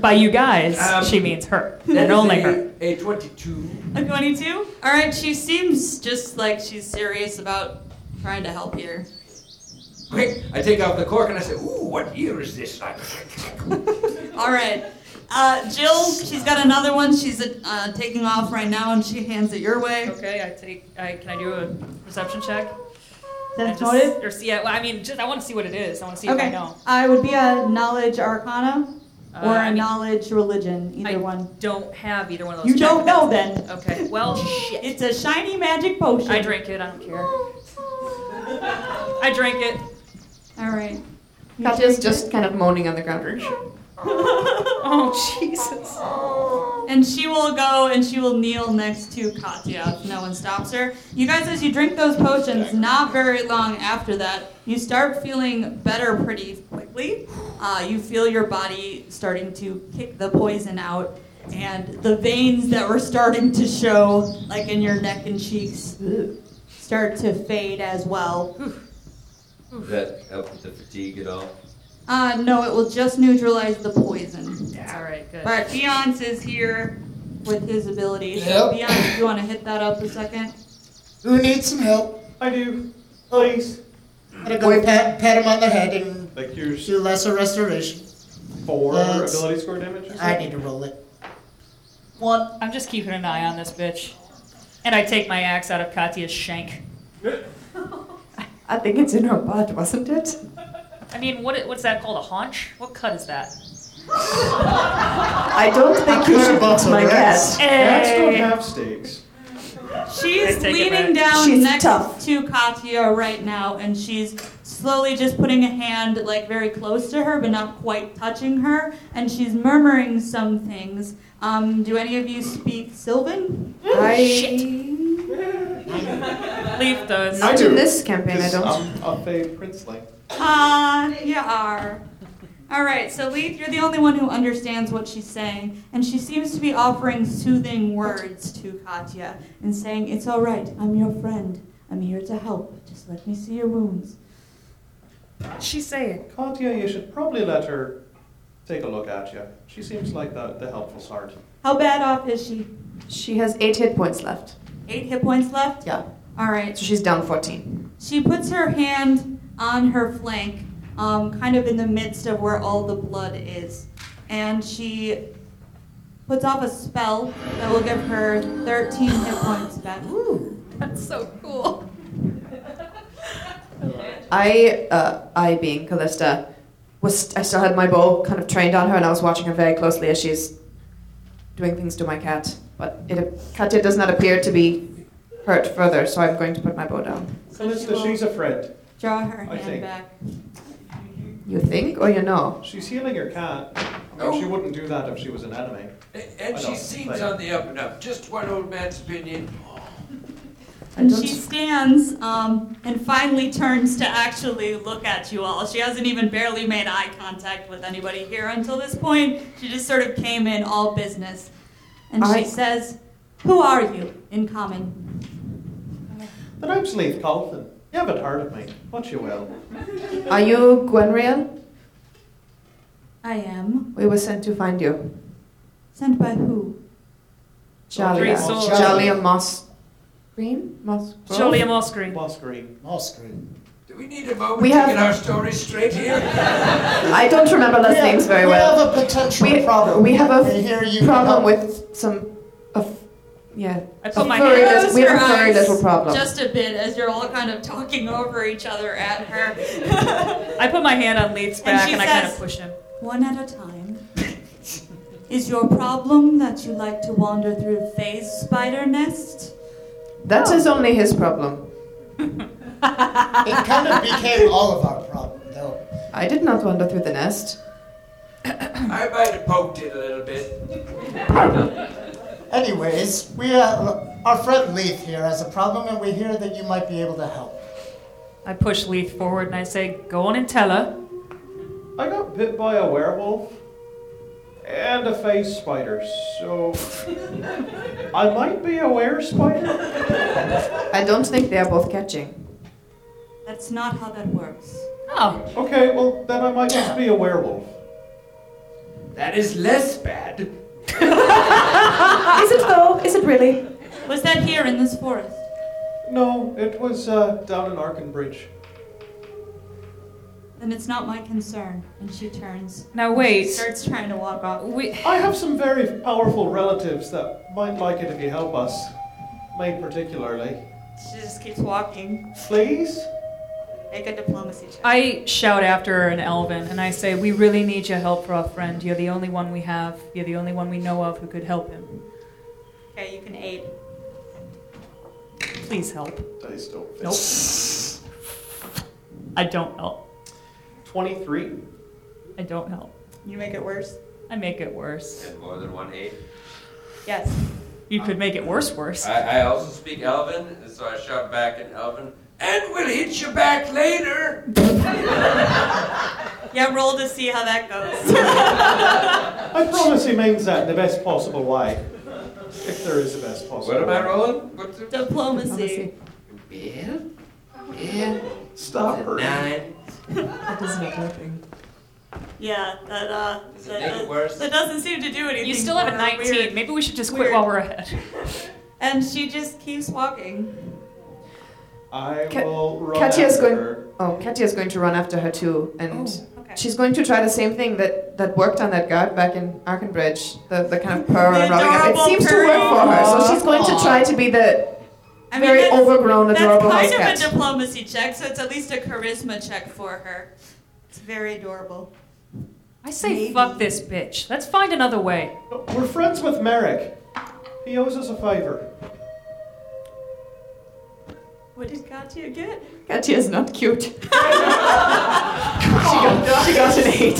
Speaker 14: By you guys,
Speaker 8: Um,
Speaker 14: she means her,
Speaker 8: That
Speaker 14: and
Speaker 8: is
Speaker 14: only
Speaker 8: a-
Speaker 14: her.
Speaker 8: A 22.
Speaker 2: A 22? Alright, she seems just like she's serious about trying to help here.
Speaker 8: Quick, I take off the cork and I say, ooh, what year is this? Like,
Speaker 2: Alright. Uh, Jill, she's got another one she's uh, taking off right now and she hands it your way.
Speaker 14: Okay, I take. I, can I do a perception check? I
Speaker 15: That's
Speaker 14: just-
Speaker 15: motive?
Speaker 14: Or see, yeah, well, I mean, just I want to see what it is. I want to see if I
Speaker 15: Okay.
Speaker 14: know.
Speaker 15: I would be a knowledge arcana
Speaker 14: Uh,
Speaker 15: or
Speaker 14: I
Speaker 15: a
Speaker 14: mean-
Speaker 15: knowledge religion, either
Speaker 14: I
Speaker 15: one.
Speaker 14: don't have either one of those.
Speaker 15: You
Speaker 14: check.
Speaker 15: don't know then.
Speaker 14: Okay. Well, shit.
Speaker 15: [LAUGHS] It's a shiny magic potion.
Speaker 14: I drink it. I don't care. I drink it.
Speaker 2: Alright.
Speaker 3: Katya's just kind of moaning on the ground.
Speaker 14: Oh Jesus.
Speaker 2: And she will go and she will kneel next to Katya if no one stops her. You guys, as you drink those potions, not very long after that, you start feeling better pretty quickly. Uh, you feel your body starting to kick the poison out, and the veins that were starting to show, like in your neck and cheeks, start to fade as well.
Speaker 5: Does that help with the fatigue at all?
Speaker 2: Uh, no, it will just neutralize the poison.
Speaker 14: It's all right. Good.
Speaker 2: Alright, Beyonce is here with his ability. So Beyonce, you want to hit that up a second?
Speaker 7: Who needs some help?
Speaker 4: I do. Please.
Speaker 7: I'm gonna go pat, pat him on the head and
Speaker 4: That cures
Speaker 7: do lesser restoration.
Speaker 4: four
Speaker 7: That's-
Speaker 4: ability score damage. or
Speaker 7: I
Speaker 4: something?
Speaker 7: need to roll it.
Speaker 14: One. I'm just keeping an eye on this bitch. And I take my axe out of Katya's shank.
Speaker 3: I think it's in her butt, wasn't it?
Speaker 14: I mean, what what's that called? A haunch? What cut is that?
Speaker 3: I don't think you should
Speaker 7: Box
Speaker 3: eat my
Speaker 7: of
Speaker 3: cat.
Speaker 7: rats.
Speaker 4: Cats don't
Speaker 14: Hey.
Speaker 4: have stakes.
Speaker 2: She's
Speaker 14: take it
Speaker 2: leaning
Speaker 14: back.
Speaker 2: down
Speaker 3: She's
Speaker 2: next
Speaker 3: tough.
Speaker 2: to Katya right now, and she's slowly just putting a hand like very close to her, but not quite touching her, and she's murmuring some things. Um, do any of you speak Sylvan?
Speaker 3: I,
Speaker 14: Leaf does.
Speaker 4: I do. um,
Speaker 3: in this campaign, I
Speaker 4: Because
Speaker 3: don't.
Speaker 4: I'm a Fey princeling.
Speaker 2: Ah, you are. All right, so Leith, you're the only one who understands what she's saying, and she seems to be offering soothing words to Katya and saying, "It's all right. I'm your friend. I'm here to help. Just let me see your wounds."
Speaker 14: She's saying.
Speaker 4: Katya, you should probably let her take a look at you. She seems like the, the helpful sort.
Speaker 2: How bad off is she?
Speaker 3: She has eight hit points left.
Speaker 2: Eight hit points left?
Speaker 3: Yeah.
Speaker 2: All right.
Speaker 3: So she's down 14.
Speaker 2: She puts her hand on her flank, um, kind of in the midst of where all the blood is. And she puts off a spell that will give her 13 hit points back.
Speaker 14: That's so cool.
Speaker 3: I, uh, I being Callista, was I still had my bow kind of trained on her, and I was watching her very closely as she's doing things to my cat. But it, Katya does not appear to be hurt further, so I'm going to put my bow down.
Speaker 4: So she's a friend.
Speaker 2: Draw her
Speaker 4: I
Speaker 2: hand
Speaker 4: think.
Speaker 2: back.
Speaker 3: You think or you know?
Speaker 4: She's healing her cat.
Speaker 8: Oh.
Speaker 4: She wouldn't do that if she was an enemy.
Speaker 8: And- And
Speaker 4: I
Speaker 8: she
Speaker 4: don't
Speaker 8: seems
Speaker 4: think-
Speaker 8: on the up and up. Just one old man's opinion.
Speaker 2: And
Speaker 3: don't-
Speaker 2: she stands um, and finally turns to actually look at you all. She hasn't even barely made eye contact with anybody here until this point. She just sort of came in all business. And
Speaker 3: I-
Speaker 2: she says, Who are you in common?
Speaker 4: The name's Leith Colton. You haven't heard of me, but you will.
Speaker 3: Are you Gwenriel?
Speaker 2: I am.
Speaker 3: We were sent to find you.
Speaker 2: Sent by who?
Speaker 3: Jalia.
Speaker 14: Three souls.
Speaker 3: Jalia Moss. Green? Moss. Grove?
Speaker 14: Surely I'm all screen.
Speaker 4: Boss Green.
Speaker 7: All screwed.
Speaker 8: Do we need a moment
Speaker 3: We
Speaker 8: to
Speaker 3: have-
Speaker 8: get our story
Speaker 3: [LAUGHS]
Speaker 8: straight here?
Speaker 3: I don't remember last
Speaker 7: Yeah,
Speaker 3: names very
Speaker 7: we
Speaker 3: well.
Speaker 7: have a potential
Speaker 3: We,
Speaker 7: problem.
Speaker 3: we have a
Speaker 7: and here you
Speaker 3: problem
Speaker 7: come.
Speaker 3: with some of yeah.
Speaker 14: I
Speaker 3: a
Speaker 14: put my
Speaker 3: furry
Speaker 14: hand.
Speaker 3: little-
Speaker 2: Close
Speaker 3: we have
Speaker 2: your
Speaker 3: a very
Speaker 2: eyes
Speaker 3: little problem.
Speaker 2: Just a bit as you're all kind of talking over each other at her.
Speaker 14: I put my hand on Leaf's
Speaker 2: And
Speaker 14: back
Speaker 2: she
Speaker 14: and, I kind
Speaker 2: says-
Speaker 14: of push him.
Speaker 2: One at a time. Is your problem that you like to wander through Faye's spider nest?
Speaker 3: That
Speaker 7: Oh.
Speaker 3: is only his problem.
Speaker 7: It kind of became all of our problem, though.
Speaker 3: I did not wander through the nest.
Speaker 8: I might have poked it a little bit.
Speaker 7: Anyways, we uh, our friend Leith here has a problem, and we hear that you might be able to help.
Speaker 14: I push Leaf forward and I say, "Go on and tell her."
Speaker 4: I got bit by a werewolf. and a face spider, so I might be a were spider.
Speaker 3: I don't think they are both catching.
Speaker 2: That's not how that works.
Speaker 6: Oh.
Speaker 4: Okay, well then I might just be a werewolf.
Speaker 8: That is less bad.
Speaker 2: Is
Speaker 3: it though? [LAUGHS] Is it really?
Speaker 2: Was that here in this forest?
Speaker 4: No, it was uh, down in Arkenbridge.
Speaker 2: Then it's not my concern. And she turns.
Speaker 6: Now wait.
Speaker 2: She starts trying to walk off.
Speaker 4: I have some very powerful relatives that might like it if you help us. Me particularly.
Speaker 2: She just keeps walking.
Speaker 4: Please?
Speaker 2: Make a diplomacy check.
Speaker 6: I shout after her in Elven and I say, We really need your help for our friend. You're the only one we have. You're the only one we know of who could help him.
Speaker 2: Okay, you can aid.
Speaker 6: Please help.
Speaker 4: Dice don't fit.
Speaker 6: Nope. I don't help.
Speaker 4: 23.
Speaker 6: I don't help.
Speaker 2: You make it worse?
Speaker 6: I make it worse.
Speaker 5: And more than one aid.
Speaker 2: Yes.
Speaker 6: You could make it worse, worse.
Speaker 5: I, I also speak Elven, and so I shout back in Elven. And we'll hit you back later.
Speaker 2: Yeah, roll to see how that
Speaker 6: [LAUGHS]
Speaker 2: goes.
Speaker 4: I promise he means that in the best possible way. If there is a best possible
Speaker 5: What am I
Speaker 4: way.
Speaker 5: rolling? What's it?
Speaker 2: Diplomacy.
Speaker 5: Yeah. Yeah.
Speaker 4: Stop her.
Speaker 5: Nine.
Speaker 7: That does not helping.
Speaker 2: Yeah, that uh, that,
Speaker 6: make it
Speaker 2: does-
Speaker 6: worse?
Speaker 2: that doesn't seem to do anything.
Speaker 6: You still have a
Speaker 2: We're
Speaker 6: 19.
Speaker 2: weird.
Speaker 6: Maybe we should just
Speaker 2: Weird.
Speaker 6: quit while we're ahead.
Speaker 2: And she just keeps walking.
Speaker 4: I
Speaker 3: Ka-
Speaker 4: will run
Speaker 3: Katya is
Speaker 4: after
Speaker 3: going.
Speaker 4: her.
Speaker 3: Oh, Katya is going to run after her too, and
Speaker 2: okay.
Speaker 3: she's going to try the same thing that, that worked on that guard back in Arkenbridge. The the kind of purr and rubbing up. It
Speaker 2: adorable
Speaker 3: seems to work for her, so she's going to try to be the
Speaker 2: I mean,
Speaker 3: very
Speaker 2: that's-
Speaker 3: overgrown, adorable
Speaker 2: That's
Speaker 3: house
Speaker 2: kind
Speaker 3: cat.
Speaker 2: of a diplomacy check, so it's at least a charisma check for her. It's very adorable.
Speaker 6: I say, fuck this bitch. Let's find another way.
Speaker 4: We're friends with Merrick. He owes us a favor.
Speaker 2: What did Katya get?
Speaker 3: Katya is not cute. she, got, she got an eight.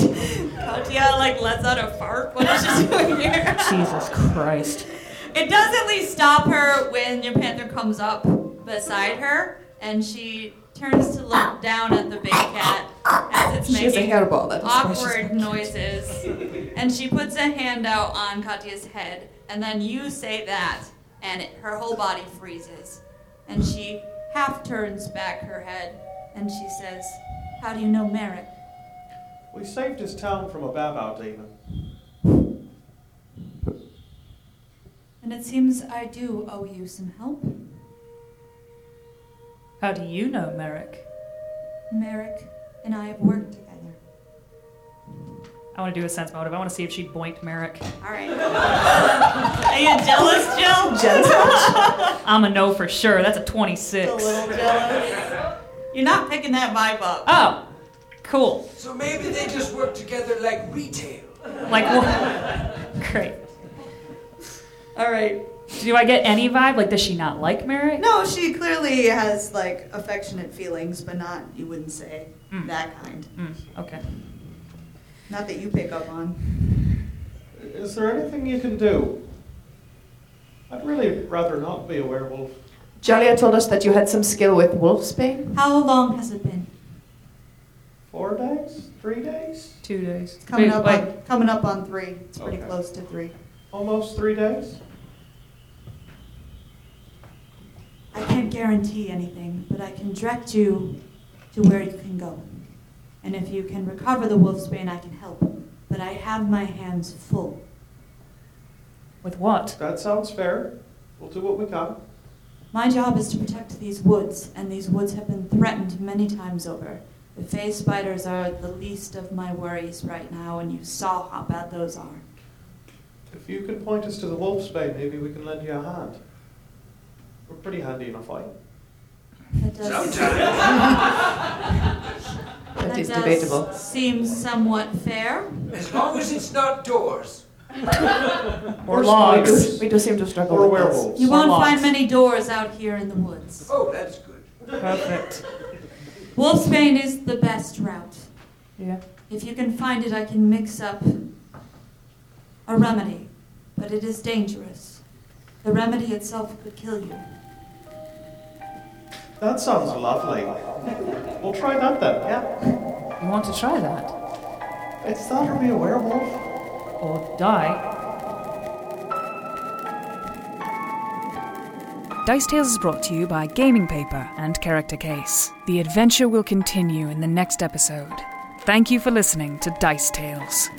Speaker 2: Katya like lets out a fart. What is she
Speaker 3: [LAUGHS]
Speaker 2: doing here?
Speaker 7: Jesus Christ.
Speaker 2: It does at least stop her when your panther comes up beside her, and she turns to look down at the big cat as it's
Speaker 3: She has a
Speaker 2: making
Speaker 3: hairball, that is why she's
Speaker 2: awkward noises. And she puts a hand out on Katya's head, and then you say that, and it, her whole body freezes. And she half turns back her head, and she says, "How do you know Merrick?"
Speaker 4: We saved his town from a Babao demon.
Speaker 2: And it seems I do owe you some help.
Speaker 6: How do you know, Merrick?
Speaker 2: Merrick and I have worked together.
Speaker 6: I want to do a sense motive. I want to see if she boinked Merrick.
Speaker 2: All right. [LAUGHS] Are you jealous, Jill? Jealous.
Speaker 6: I'm a no for sure. That's a 26.
Speaker 2: jealous. [LAUGHS] You're not picking that vibe up.
Speaker 6: Oh, cool.
Speaker 8: So maybe they just work together like retail.
Speaker 6: Like, what? Great.
Speaker 2: All right.
Speaker 6: Do I get any vibe? Like, does she not like Merrick?
Speaker 9: No, she clearly has like affectionate feelings, but not you wouldn't say
Speaker 2: Hmm.
Speaker 9: that kind.
Speaker 6: Hmm, okay.
Speaker 9: Not that you pick up on.
Speaker 4: Is there anything you can do? I'd really rather not be a werewolf.
Speaker 3: Jalia told us that you had some skill with wolfsbane.
Speaker 2: How long has it been?
Speaker 4: Four days? Three days?
Speaker 6: Two days.
Speaker 9: Coming
Speaker 4: Wait,
Speaker 9: up
Speaker 4: wait.
Speaker 9: on coming up on three. It's pretty
Speaker 4: Okay.
Speaker 9: close to three.
Speaker 4: Almost three days?
Speaker 2: I can't guarantee anything, but I can direct you to where you can go. And if you can recover the wolf's bane, I can help. But I have my hands full.
Speaker 6: With what?
Speaker 4: That sounds fair. We'll do what we can.
Speaker 2: My job is to protect these woods, and these woods have been threatened many times over. The fey spiders are the least of my worries right now, and you saw how bad those are.
Speaker 4: If you could point us to the wolf's bane, maybe we can lend you a hand. We're pretty handy in a fight.
Speaker 2: That does,
Speaker 3: That is
Speaker 2: does
Speaker 3: debatable.
Speaker 2: Seem somewhat fair.
Speaker 8: As long as it's not doors.
Speaker 3: Or,
Speaker 4: logs.
Speaker 3: spiders. We do seem to struggle
Speaker 4: Or
Speaker 3: with this.
Speaker 4: werewolves.
Speaker 2: You won't
Speaker 4: Logs.
Speaker 2: find many doors out here in the woods.
Speaker 8: Oh, that's good.
Speaker 6: Perfect.
Speaker 2: [LAUGHS] Wolfsbane is the best route.
Speaker 6: Yeah.
Speaker 2: If you can find it, I can mix up a remedy, but it is dangerous. The remedy itself could kill you.
Speaker 4: That sounds lovely. We'll try that then. Yeah.
Speaker 6: You want to try that?
Speaker 4: It's not to be a werewolf.
Speaker 14: or die.
Speaker 1: Dice Tales is brought to you by Gaming Paper and Character Case. The adventure will continue in the next episode. Thank you for listening to Dice Tales.